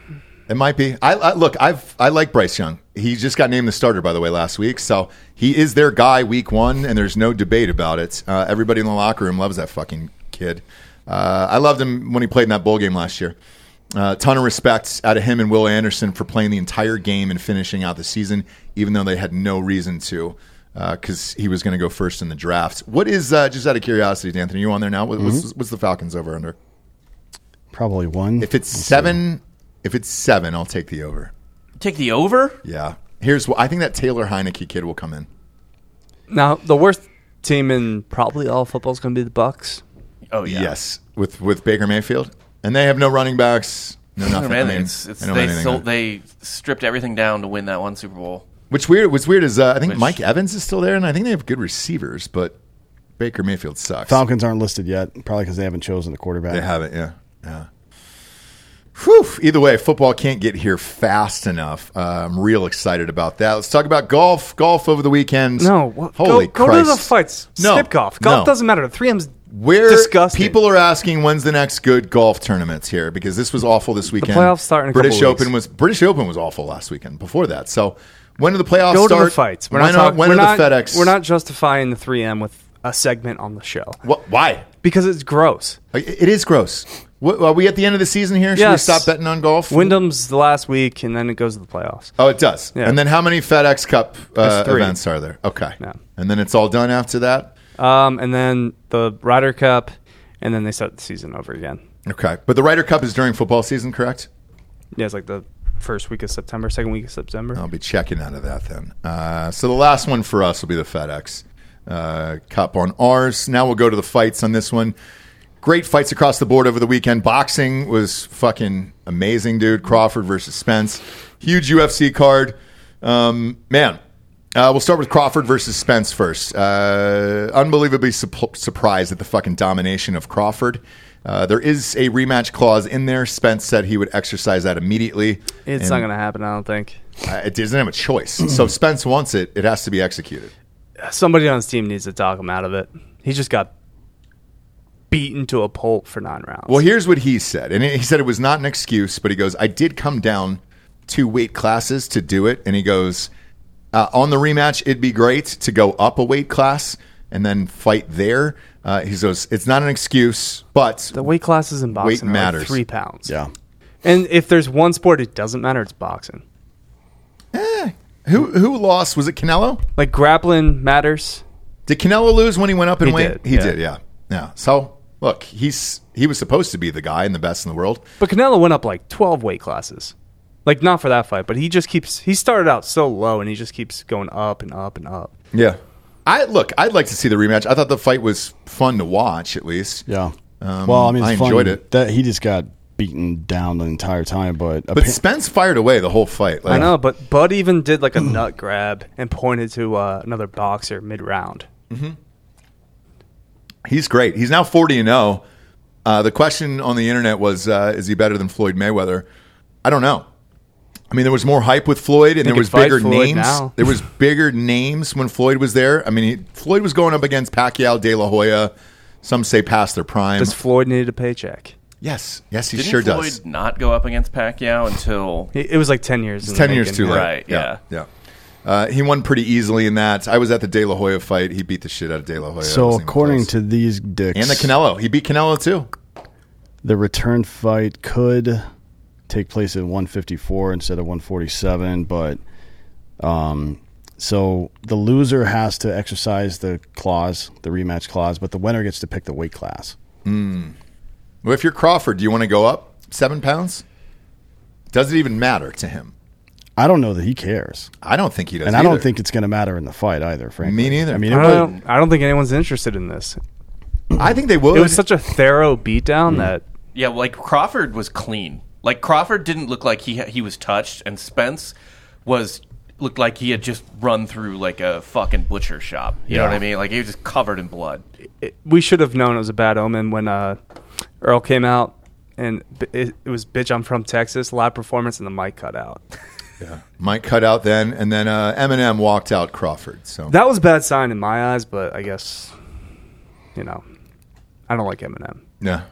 B: it might be. I, I look. I've I like Bryce Young. He just got named the starter, by the way, last week. So he is their guy week one, and there's no debate about it. Uh, everybody in the locker room loves that fucking kid. Uh, I loved him when he played in that bowl game last year. uh, ton of respect out of him and Will Anderson for playing the entire game and finishing out the season, even though they had no reason to, because he was going to go first in the draft. What is uh, just out of curiosity, Anthony? You on there now? What, what's, what's the Falcons over under?
C: Probably one.
B: If it's seven, if it's seven, I'll take the over.
E: Take the over.
B: Yeah. Here's what I think that Taylor Heineke kid will come in.
D: Now, the worst team in probably all football is going to be the Bucks.
E: Oh yeah.
B: Yes, with with Baker Mayfield, and they have no running backs, no
E: Oh,
B: nothing.
E: man,
B: I mean,
E: it's, it's,
B: they don't
E: they,
B: have anything
E: sold,
B: on-
E: they stripped everything down to win that one Super Bowl.
B: Which weird? What's weird is uh, I think
E: Which-
B: Mike Evans is still there, and I think they have good receivers, but Baker Mayfield sucks.
C: Falcons aren't listed yet, probably because they haven't chosen the quarterback.
B: They haven't, yeah. Yeah. Whew. Either way, football can't get here fast enough. Uh, I'm real excited about that. Let's talk about golf. Golf over the weekend.
D: No, what,
B: holy
D: go,
B: Christ!
D: go to the fights.
B: No,
D: Skip golf.
B: no.
D: Golf doesn't matter. The 3M's
B: Where
D: disgusting.
B: people are asking when's the next good golf tournaments here because this was awful this weekend.
D: playoffs start in a couple
B: British
D: weeks.
B: Open was British Open was awful last weekend. Before that, so when do the playoffs
D: go
B: start?
D: to the fights. We're
B: Why
D: not, talk-
B: when
D: we're
B: are
D: not,
B: the FedEx?
D: We're not justifying the 3M with a segment on the show
B: Wh- why?
D: because it's gross.
B: Like, It is gross. What, are we at the end of the season here? Should
D: Yes.
B: we stop betting on golf?
D: Wyndham's the last week, and then it goes to the playoffs.
B: Oh, it does.
D: Yeah.
B: And then how many FedEx Cup uh,
D: That's three.
B: events are there? Okay.
D: Yeah.
B: And then it's all done after that.
D: Um, and then the Ryder Cup, and then they start the season over again.
B: Okay. But the Ryder Cup is during football season, correct?
D: Yeah, it's like the first week of September, second week of September.
B: I'll be checking out of that then. Uh, so the last one for us will be the FedEx uh, Cup on ours. Now we'll go to the fights on this one. Great fights across the board over the weekend. Boxing was fucking amazing, dude. Crawford versus Spence. Huge UFC card. Um, man, uh, we'll start with Crawford versus Spence first. Uh, unbelievably sup- surprised at the fucking domination of Crawford. Uh, there is a rematch clause in there. Spence said he would exercise that immediately.
D: It's not going to happen, I don't think.
B: to. It doesn't have a choice. so if Spence wants it. It has to be executed.
D: Somebody on his team needs to talk him out of it. He just got beaten to a pulp for nine rounds.
B: Well, here's what he said. And he said it was not an excuse, but he goes, I did come down two weight classes to do it. And he goes, uh, on the rematch, it'd be great to go up a weight class and then fight there. Uh, he goes, it's not an excuse, but
D: the weight classes in boxing are like
B: matters.
D: three pounds.
C: Yeah.
D: And if there's one sport it doesn't matter, it's boxing.
B: eh, who who lost? Was it Canelo?
D: Like grappling matters.
B: Did Canelo lose when he went up and
D: He
B: went?
D: did,
B: he
D: yeah.
B: did, yeah. Yeah. So, look, he's he was supposed to be the guy and the best in the world.
D: But Canelo went up like 12 weight classes. Like, not for that fight, but he just keeps, he started out so low and he just keeps going up and up and up.
B: Yeah. I look, I'd like to see the rematch. I thought the fight was fun to watch at least.
C: Yeah.
B: Um,
C: well, I mean, it's
B: I
C: fun
B: enjoyed it.
C: That he just got beaten down the entire time, but,
B: But
C: appa-
B: Spence fired away the whole fight. Like,
D: I know, but Bud even did like a nut grab and pointed to uh, another boxer mid round.
B: He's great. He's now 40 and 0. Uh, the question on the internet was uh, is he better than Floyd Mayweather? I don't know. I mean, there was more hype with Floyd, and there
D: could
B: was
D: fight
B: bigger
D: Floyd
B: names.
D: now.
B: There was bigger names when Floyd was there. I mean, he, Floyd was going up against Pacquiao, De La Hoya. Some say past their prime.
D: Does Floyd needed a paycheck?
B: yes, yes, he
E: Didn't
B: sure
E: Floyd
B: does.
E: not go up against Pacquiao until
D: It it was like 10 years. in
B: It's ten
D: the
B: years
D: making.
B: too late.
E: Right,
B: yeah. yeah. Uh, he won pretty easily in that. I was at the De La Hoya fight. He beat the shit out of De La Hoya. It
C: so
B: wasn't even
C: according
B: close.
C: to these dicks,
B: and the Canelo, he beat Canelo too.
C: the return fight could take place at 154 instead of 147 but um, so the loser has to exercise the clause the rematch clause but the winner gets to pick the weight class
B: Well, if you're Crawford, do you want to go up seven pounds? Does it even matter to him?
C: i don't know that he cares
B: I don't think he does.
C: and i don't
B: either.
C: think it's going to matter in the fight either frankly
B: Me neither.
C: i mean it
D: I
C: was,
D: don't, I don't think anyone's interested in this.
B: I think they would.
D: It was such a thorough
B: Mm.
D: beatdown that
E: Yeah, like Crawford was clean. Like Crawford didn't look like he he was touched, and Spence was looked like he had just run through like a fucking butcher shop. You know
C: Yeah.
E: what I mean? Like he was just covered in blood.
D: it, we should have known it was a bad omen when uh, Earl came out and b- it, it was "Bitch, I'm from Texas" live performance and the mic cut out.
B: Mike cut out then, and then uh, Eminem walked out Crawford. So
D: That was a bad sign in my eyes, but I guess you know I don't like Eminem.
B: yeah,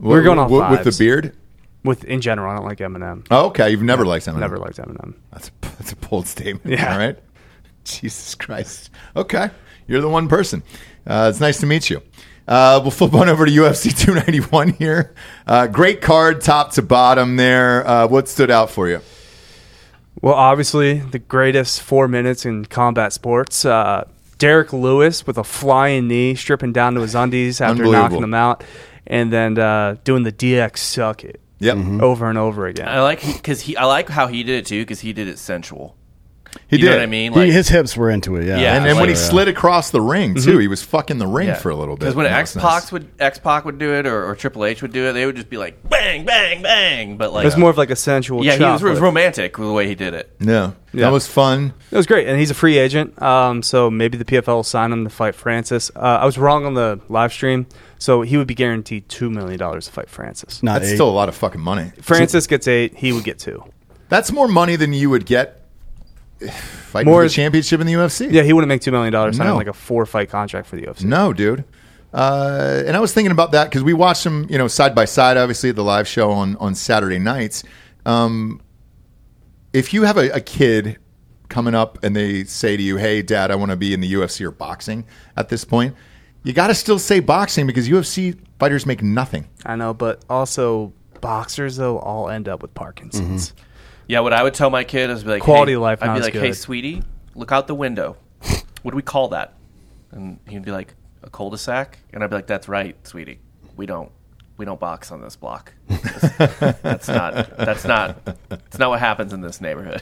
D: We're going off
B: with the
D: vibes.
B: beard.
D: With in general, I don't like Eminem.
B: Oh, okay, you've never liked Eminem.
D: Never liked Eminem.
B: That's a, that's a bold statement.
D: Yeah.
B: All right. Jesus Christ. Okay. You're the one person. Uh, it's nice to meet you. Uh, we'll flip on over to UFC 291 here. Uh, great card, top to bottom there. Uh, what stood out for you?
D: Well, obviously, the greatest four minutes in combat sports. Uh, Derek Lewis with a flying knee, stripping down to his undies after
B: Unbelievable.
D: knocking him out, and then uh, doing the DX suck it
B: Yep.
D: over and over again.
E: I like because he I like how he did it too because he did it sensual.
B: He
E: You
B: did.
E: know what I mean?
C: he, his hips were into it yeah,
E: Yeah,
B: And then when he
E: Yeah.
B: slid across the ring, too, he was fucking the ring
E: Yeah.
B: for a little bit.
E: Because when
B: That
E: X
B: was
E: Pac
B: nice.
E: would X Pac would do it or, or Triple H would do it, they would just be like bang, bang, bang. But
D: it
E: like
D: was more of like a sensual.
E: yeah, he
D: chop
E: was, was
D: with-
E: romantic with the way he did it.
B: Yeah. That was fun.
D: It was great, and he's a free agent. Um, so maybe the PFL will sign him to fight Francis. Uh, I was wrong on the live stream, so he would be guaranteed two million dollars to fight Francis.
C: not
B: That's
C: eight.
B: still a lot of fucking money.
D: Francis gets eight; he would get two.
B: That's more money than you would get fighting
D: More
B: for the
D: is-
B: championship in the UFC.
D: Yeah, he wouldn't make two million dollars signing
B: No.
D: like a four-fight contract for the UFC.
B: No, dude. Uh, and I was thinking about that because we watched them, you know, side by side, obviously, at the live show on, on Saturday nights. Um, if you have a, a kid coming up and they say to you, hey, dad, I want to be in the UFC or boxing at this point, you got to still say boxing because UFC fighters make nothing.
D: I know, but also boxers though all end up with Parkinson's.
B: Mm-hmm.
E: Yeah, what I would tell my kid is be like
D: Quality
E: hey-
D: of life
E: I'd
D: not
E: be
D: as
E: like, "Hey,
D: good."
E: sweetie, look out the window. What do we call that?" And he'd be like, "A cul-de-sac." And I'd be like, "That's right, sweetie. We don't we don't box on this block. That's not that's not that's not what happens in this neighborhood."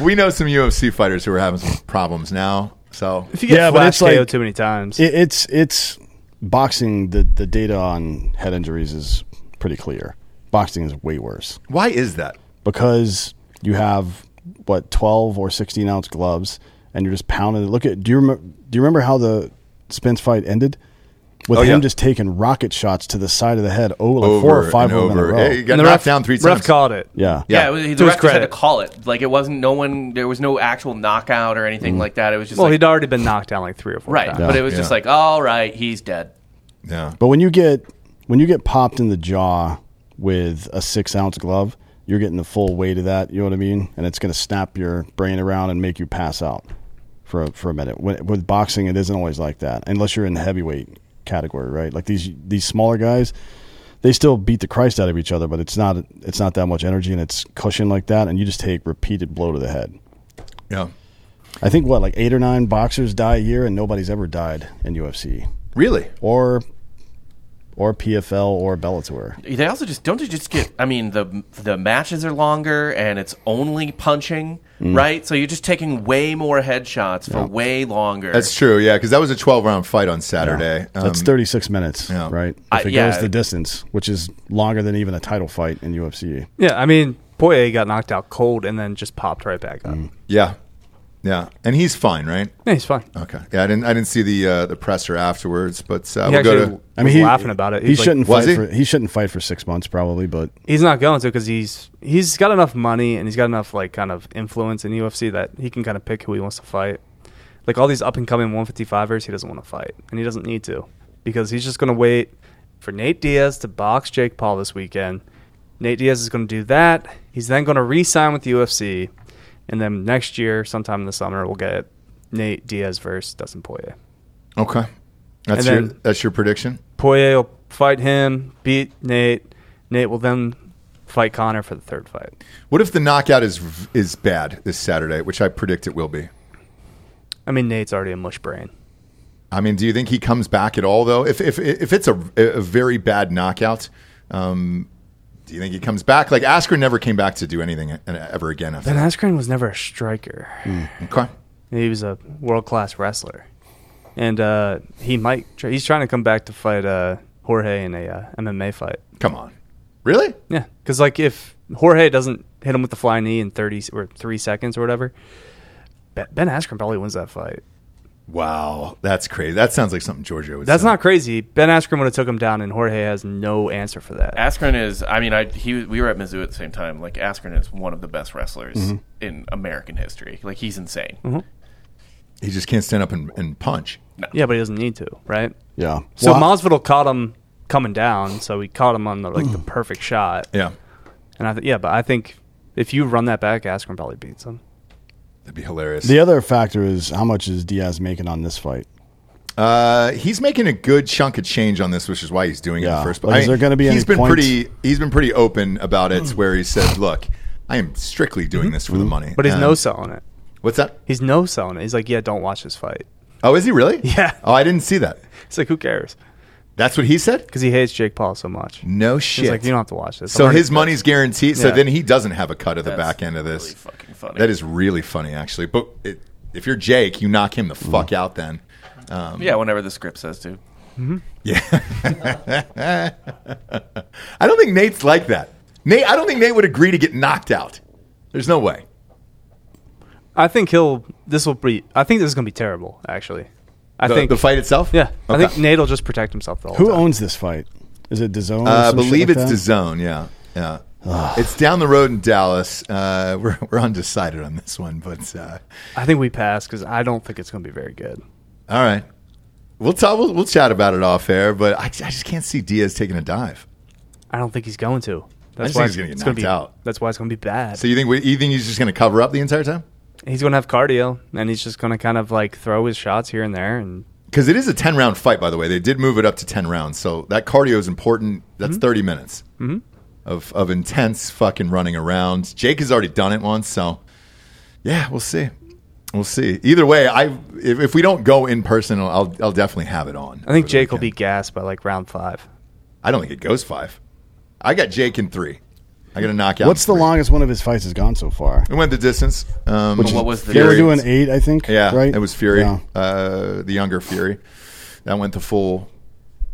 B: We know some UFC fighters who are having some problems now. So,
D: If you get
C: Yeah, but
D: flash
C: it's like-
D: KO too many times,
C: It, it's it's boxing the the data on head injuries is pretty clear boxing is way worse
B: why is that?
C: because you have what 12 or 16 ounce gloves and you're just pounding it look at do you remember do you remember how the spence fight ended with
B: Oh,
C: him
B: yeah.
C: just taking rocket shots to the side of the head oh, like
B: over
C: four or five
B: and
C: of them
B: over.
C: in a row.
B: Yeah, you got
D: And the
B: knocked
D: ref
B: down three
D: Ref
B: times.
D: called it.
C: yeah.
E: Yeah,
B: Yeah.
E: it was,
D: To
E: the
D: his
E: ref just had to
D: credit.
E: call it. Like it wasn't no one. There was no actual knockout or anything like that. It was just
D: Mm-hmm. Well,
E: like,
D: he'd already been knocked down like three or four
E: right,
D: times.
E: but it was just
B: Yeah.
E: like all right, he's dead.
B: Yeah.
C: But when you get when you get popped in the jaw with a six ounce glove, you're getting the full weight of that. You know what I mean? And it's going to snap your brain around and make you pass out for a, for a minute. When, with boxing, it isn't always like that, unless you're in the heavyweight category, right? Like these these smaller guys, they still beat the Christ out of each other, but it's not it's not that much energy and it's cushion like that, and you just take repeated blow to the head.
B: Yeah.
C: I think what like eight or nine boxers die a year, and nobody's ever died in UFC
B: Really?
C: or or PFL or Bellator.
E: They also just don't they just get. I mean the the matches are longer and it's only punching,
B: Mm.
E: right? So you're just taking way more headshots for way longer.
B: That's true. Yeah, because that was a 12 round fight on Saturday. Um,
C: That's 36 minutes,
B: yeah.
C: right? If
E: I-
C: it
E: yeah.
C: goes the distance, which is longer than even a title fight in UFC.
D: Yeah, I mean, Poirier got knocked out cold and then just popped right back
B: Mm.
D: up.
B: Yeah. Yeah. And he's fine, right?
D: Yeah, he's fine.
B: Okay. Yeah, I didn't. I didn't see the uh, the presser afterwards, but uh,
D: He
B: we'll
D: actually
B: go to.
C: I mean, he,
D: laughing about it.
C: He
D: He's like,
C: shouldn't
B: Was
C: fight
B: he?
C: for he shouldn't fight for six months probably, but
D: He's not going to because he's he's got enough money and he's got enough like kind of influence in UFC that he can kind of pick who he wants to fight. Like all these up and coming 155ers, he doesn't want to fight and he doesn't need to because he's just going to wait for Nate Diaz to box Jake Paul this weekend. Nate Diaz is going to do that. He's then going to re-sign with the UFC, and then next year, sometime in the summer, we'll get Nate Diaz versus Dustin Poirier.
B: Okay. That's
D: And
B: your
D: then-
B: that's your prediction.
D: Poirier will fight him, beat Nate. Nate will then fight Connor for the third fight.
B: What if the knockout is is bad this Saturday, which I predict it will be?
D: I mean, Nate's already a mush brain.
B: I mean, do you think he comes back at all though? If if if it's a, a very bad knockout, um, do you think he comes back? Like Asker never came back to do anything uh, ever again after.
D: Ben
B: that.
D: Askren was never a striker.
B: Okay.
D: He was a world class wrestler, and uh, he might. Try, he's trying to come back to fight uh, Jorge in a uh, MMA fight.
B: Come on. Really?
D: Yeah, because like if Jorge doesn't hit him with the flying knee in thirty s- or three seconds or whatever, Ben Ben Askren probably wins that fight.
B: Wow, that's crazy. That sounds like something Giorgio would.
D: That's
B: say.
D: not crazy. Ben Askren would have took him down, and Jorge has no answer for that.
E: Askren is. I mean, I he we were at Mizzou at the same time. Like Askren is one of the best wrestlers
B: Mm-hmm.
E: in American history. Like he's insane.
B: Mm. He just can't stand up and, and punch.
D: yeah, but he doesn't need to, right?
C: yeah.
D: So
C: Well,
D: Masvidal caught him coming down, so he caught him on the like the
B: Mm.
D: perfect shot.
B: Yeah,
D: And I th- yeah, but I think if you run that back, Askren probably beats him.
B: that'd be hilarious.
C: the other factor is how much is Diaz making on this fight?
B: Uh, he's making a good chunk of change on this, which is why he's doing it in
C: Yeah.
B: the first
C: Like, is there gonna be
B: He's
C: any
B: been
C: point-
B: pretty. He's been pretty open about
D: Hmm.
B: it, where he said, "Look, I am strictly doing this for the money."
D: But he's
B: And-
D: no selling it.
B: What's that?
D: He's no selling it. He's like, yeah, don't watch this fight.
B: Oh, is he really?
D: Yeah.
B: Oh, I didn't see that.
D: It's like, who cares?
B: That's what he said.
D: Because he hates Jake Paul so much.
B: No shit.
D: He's like, you don't have to watch this.
B: so
D: I'm already-
B: his money's guaranteed. So
D: Yeah.
B: then he doesn't have a cut of the
E: That's
B: back end of this.
E: really fucking funny.
B: That is really funny, actually. But it, if you're Jake, you knock him the
D: Hmm.
B: fuck out. Then
E: Um, Yeah, whenever the script says to.
B: I don't think Nate's like that. Nate, I don't think Nate would agree to get knocked out. There's no way.
D: I think he'll. This will be. I think this is gonna be terrible. Actually, I
B: The,
D: think
B: the fight itself.
D: Yeah, I
B: Okay.
D: think Nate will just protect himself the whole
C: Who
D: time.
C: owns this fight? Is it DAZN?
B: Uh,
C: or
B: I
C: some shit
B: believe
C: like
B: it's
C: that?
B: the zone. Yeah, yeah. it's down the road in Dallas. Uh, we're we're undecided on this one, but uh,
D: I think we pass because I don't think it's gonna be very good.
B: all right. We'll talk. We'll, we'll chat about it off air, but I, I just can't see Diaz taking a dive.
D: I don't think he's going to.
B: just think he's gonna get
D: it's
B: knocked
D: be,
B: out.
D: That's why it's gonna be bad.
B: So you think we- you think he's just going to cover up the entire time?
D: he's gonna have cardio and he's just gonna kind of like throw his shots here and there and
B: Because it is a ten round fight, by the way. They did move it up to ten rounds, so that cardio is important.
D: Mm-hmm.
B: That's thirty minutes of of intense fucking running around. Jake has already done it once, so yeah, we'll see. We'll see. Either way, I if, if we don't go in person, I'll I'll definitely have it on.
D: I think
B: over the
D: Jake will be
B: weekend.
D: gassed by like round five.
B: I don't think it goes five. I got Jake in three. I got a knockout.
C: What's the
B: in three.
C: longest one of his fights has gone so far?
B: It went the distance. Um,
E: Which What was the-
C: They were
E: Fury.
C: doing eight, I think.
B: Yeah,
C: right.
B: it was Fury,
C: Yeah.
B: uh, the younger Fury. That went the full,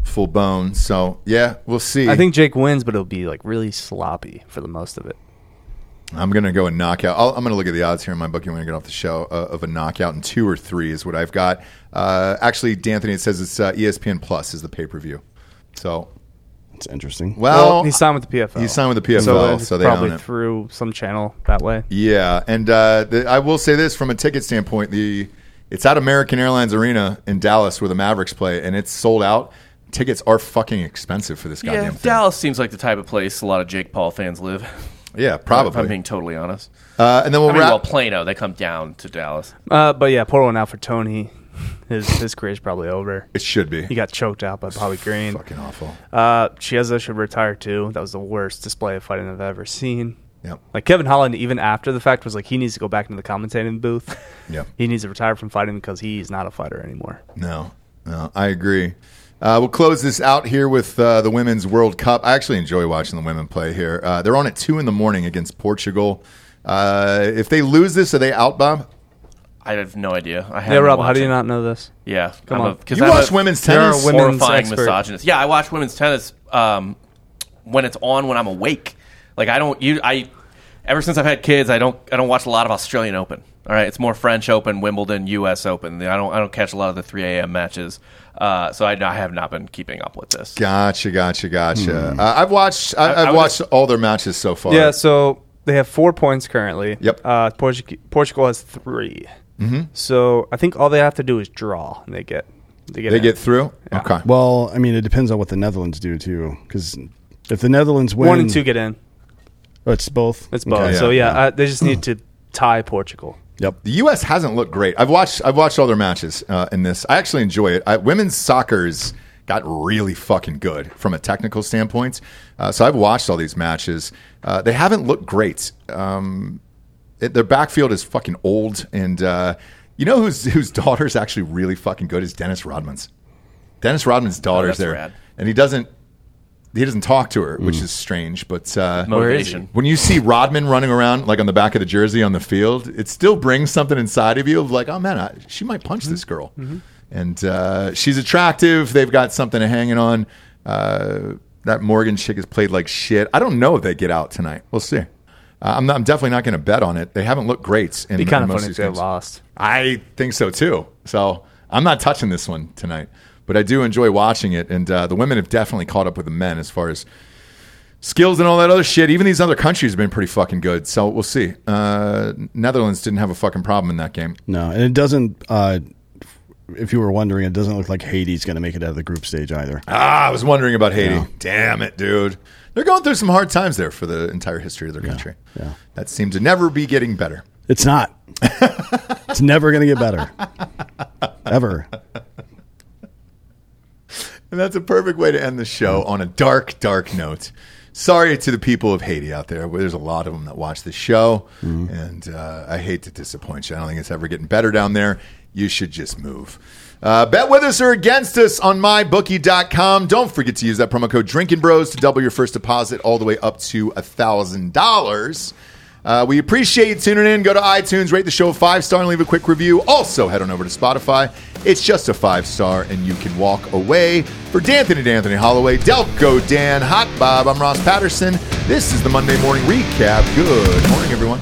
B: full bone. So yeah, we'll see.
D: I think Jake wins, but it'll be like really sloppy for the most of it.
B: I'm going to go a knockout. I'll, I'm going to look at the odds here in my bookie when I get off the show uh, of a knockout, and two or three is what I've got. Uh, actually, D'Anthony, it says it's uh, ESPN Plus is the pay per view. So,
C: It's interesting.
B: well,
D: he signed with the PFL.
B: he signed with the PFL,
D: so,
B: so they
D: probably
B: own it.
D: through some channel that way.
B: Yeah, and uh, the, I will say this from a ticket standpoint: the it's at American Airlines Arena in Dallas where the Mavericks play, and it's sold out. Tickets are fucking expensive for this goddamn
E: Yeah,
B: thing.
E: Dallas seems like the type of place a lot of Jake Paul fans live.
B: yeah,
E: If I'm
B: probably.
E: being totally honest.
B: Uh, and then we'll
E: I mean,
B: wrap.
E: well, Plano, they come down to Dallas.
D: Uh, but yeah, pour one out for Tony. His his career's probably over.
B: it should
D: He
B: be
D: got choked out by Bobby Green.
B: fucking awful.
D: Uh, Chiesa should retire too. That was the worst display of fighting I've ever seen.
B: Yep.
D: Like Kevin Holland, even after the fact, was like he needs to go back into the commentating booth.
B: Yep.
D: He needs to retire from fighting because he's not a fighter anymore.
B: No, no, I agree. Uh, we'll close this out here with uh, the Women's World Cup. I actually enjoy watching the women play here. Uh, they're on at 2 in the morning against Portugal. Uh, if they lose this, are they out, Bob?
E: I have no idea. I
D: Hey,
E: haven't
D: Rob,
E: watched
D: how do
E: it.
D: you not know this?
E: Yeah,
D: Come
E: I'm
D: on.
E: a- 'cause
B: You
E: I'm a
B: watch women's
D: There are
B: tennis?
D: women- Women's
E: horrifying
D: expert.
E: misogynist. Yeah, I watch women's tennis um, when it's on when I'm awake. Like I don't you I ever since I've had kids, I don't I don't watch a lot of Australian Open. All right, it's more French Open, Wimbledon, U.S. Open. I don't I don't catch a lot of the 3 a.m. matches. Uh, so I, I have not been keeping up with this.
B: Gotcha, gotcha, gotcha. Uh, I've watched. I, I've
E: I would-
B: watched all their matches so far.
D: Yeah, so they have four points currently.
B: Yep.
D: Uh, Portu- Portugal has 3 Mm-hmm. So I think all they have to do is draw, and they get they get
B: they
D: in.
B: get through. Okay.
C: Well, I mean, it depends on what the Netherlands do too, because if the Netherlands win,
D: one and two get in.
C: oh, it's both.
D: It's both.
C: Okay.
D: so yeah, uh they just need to tie Portugal.
C: Yep.
B: the U.S. hasn't looked great. I've watched. I've watched all their matches uh, in this. I actually enjoy it. I, women's soccer's got really fucking good from a technical standpoint. Uh, so I've watched all these matches. Uh, they haven't looked great. Um, it, their backfield is fucking old, and uh, you know whose whose daughter's actually really fucking good is Dennis Rodman's. Dennis Rodman's daughter's
E: Oh, that's
B: there,
E: rad. Mm.
B: and he doesn't. He doesn't talk to her, which is strange. But uh,
E: Motivation.
B: when you see Rodman running around like on the back of the jersey on the field, it still brings something inside of you of like, oh man, I, she might punch this
D: Mm-hmm.
B: girl, and uh, she's attractive. They've got something hanging on. Uh, that Morgan chick has played like shit. I don't know if they get out tonight. We'll see. Uh, I'm, not, I'm definitely not going to bet on it. They haven't looked great in,
D: Be
B: in
D: kind of
B: Mm-hmm. most
D: funny
B: of
D: if
B: these
D: they
B: games.
D: lost.
B: I think so too. So I'm not touching this one tonight, but I do enjoy watching it. And uh, the women have definitely caught up with the men as far as skills and all that other shit. Even these other countries have been pretty fucking good. So we'll see. Uh, Netherlands didn't have a fucking problem in that game.
C: No, and it doesn't. Uh, if you were wondering, it doesn't look like Haiti's going to make it out of the group stage either.
B: Ah, I was wondering about Haiti. Damn it, dude. They're going through some hard times there for the entire history of their country.
C: yeah.
B: That seemed to never be getting better.
C: It's not. it's never going to get better. Ever.
B: And that's a perfect way to end the show on a dark, dark note. Sorry to the people of Haiti out there. There's a lot of them that watch the show, and uh, I hate to disappoint you. I don't think it's ever getting better down there. You should just move. Uh, bet with us or against us on mybookie.com. Don't forget to use that promo code Drinking Bros to double your first deposit all the way up to thousand dollars. Uh, we appreciate you tuning in. Go to iTunes, rate the show five star, and leave a quick review. Also, head on over to Spotify. It's just a five star, and you can walk away. For D'Anthony D'Anthony Holloway, Delco Dan, Hot Bob, I'm Ross Patterson. This is the Monday Morning Recap. Good morning, everyone.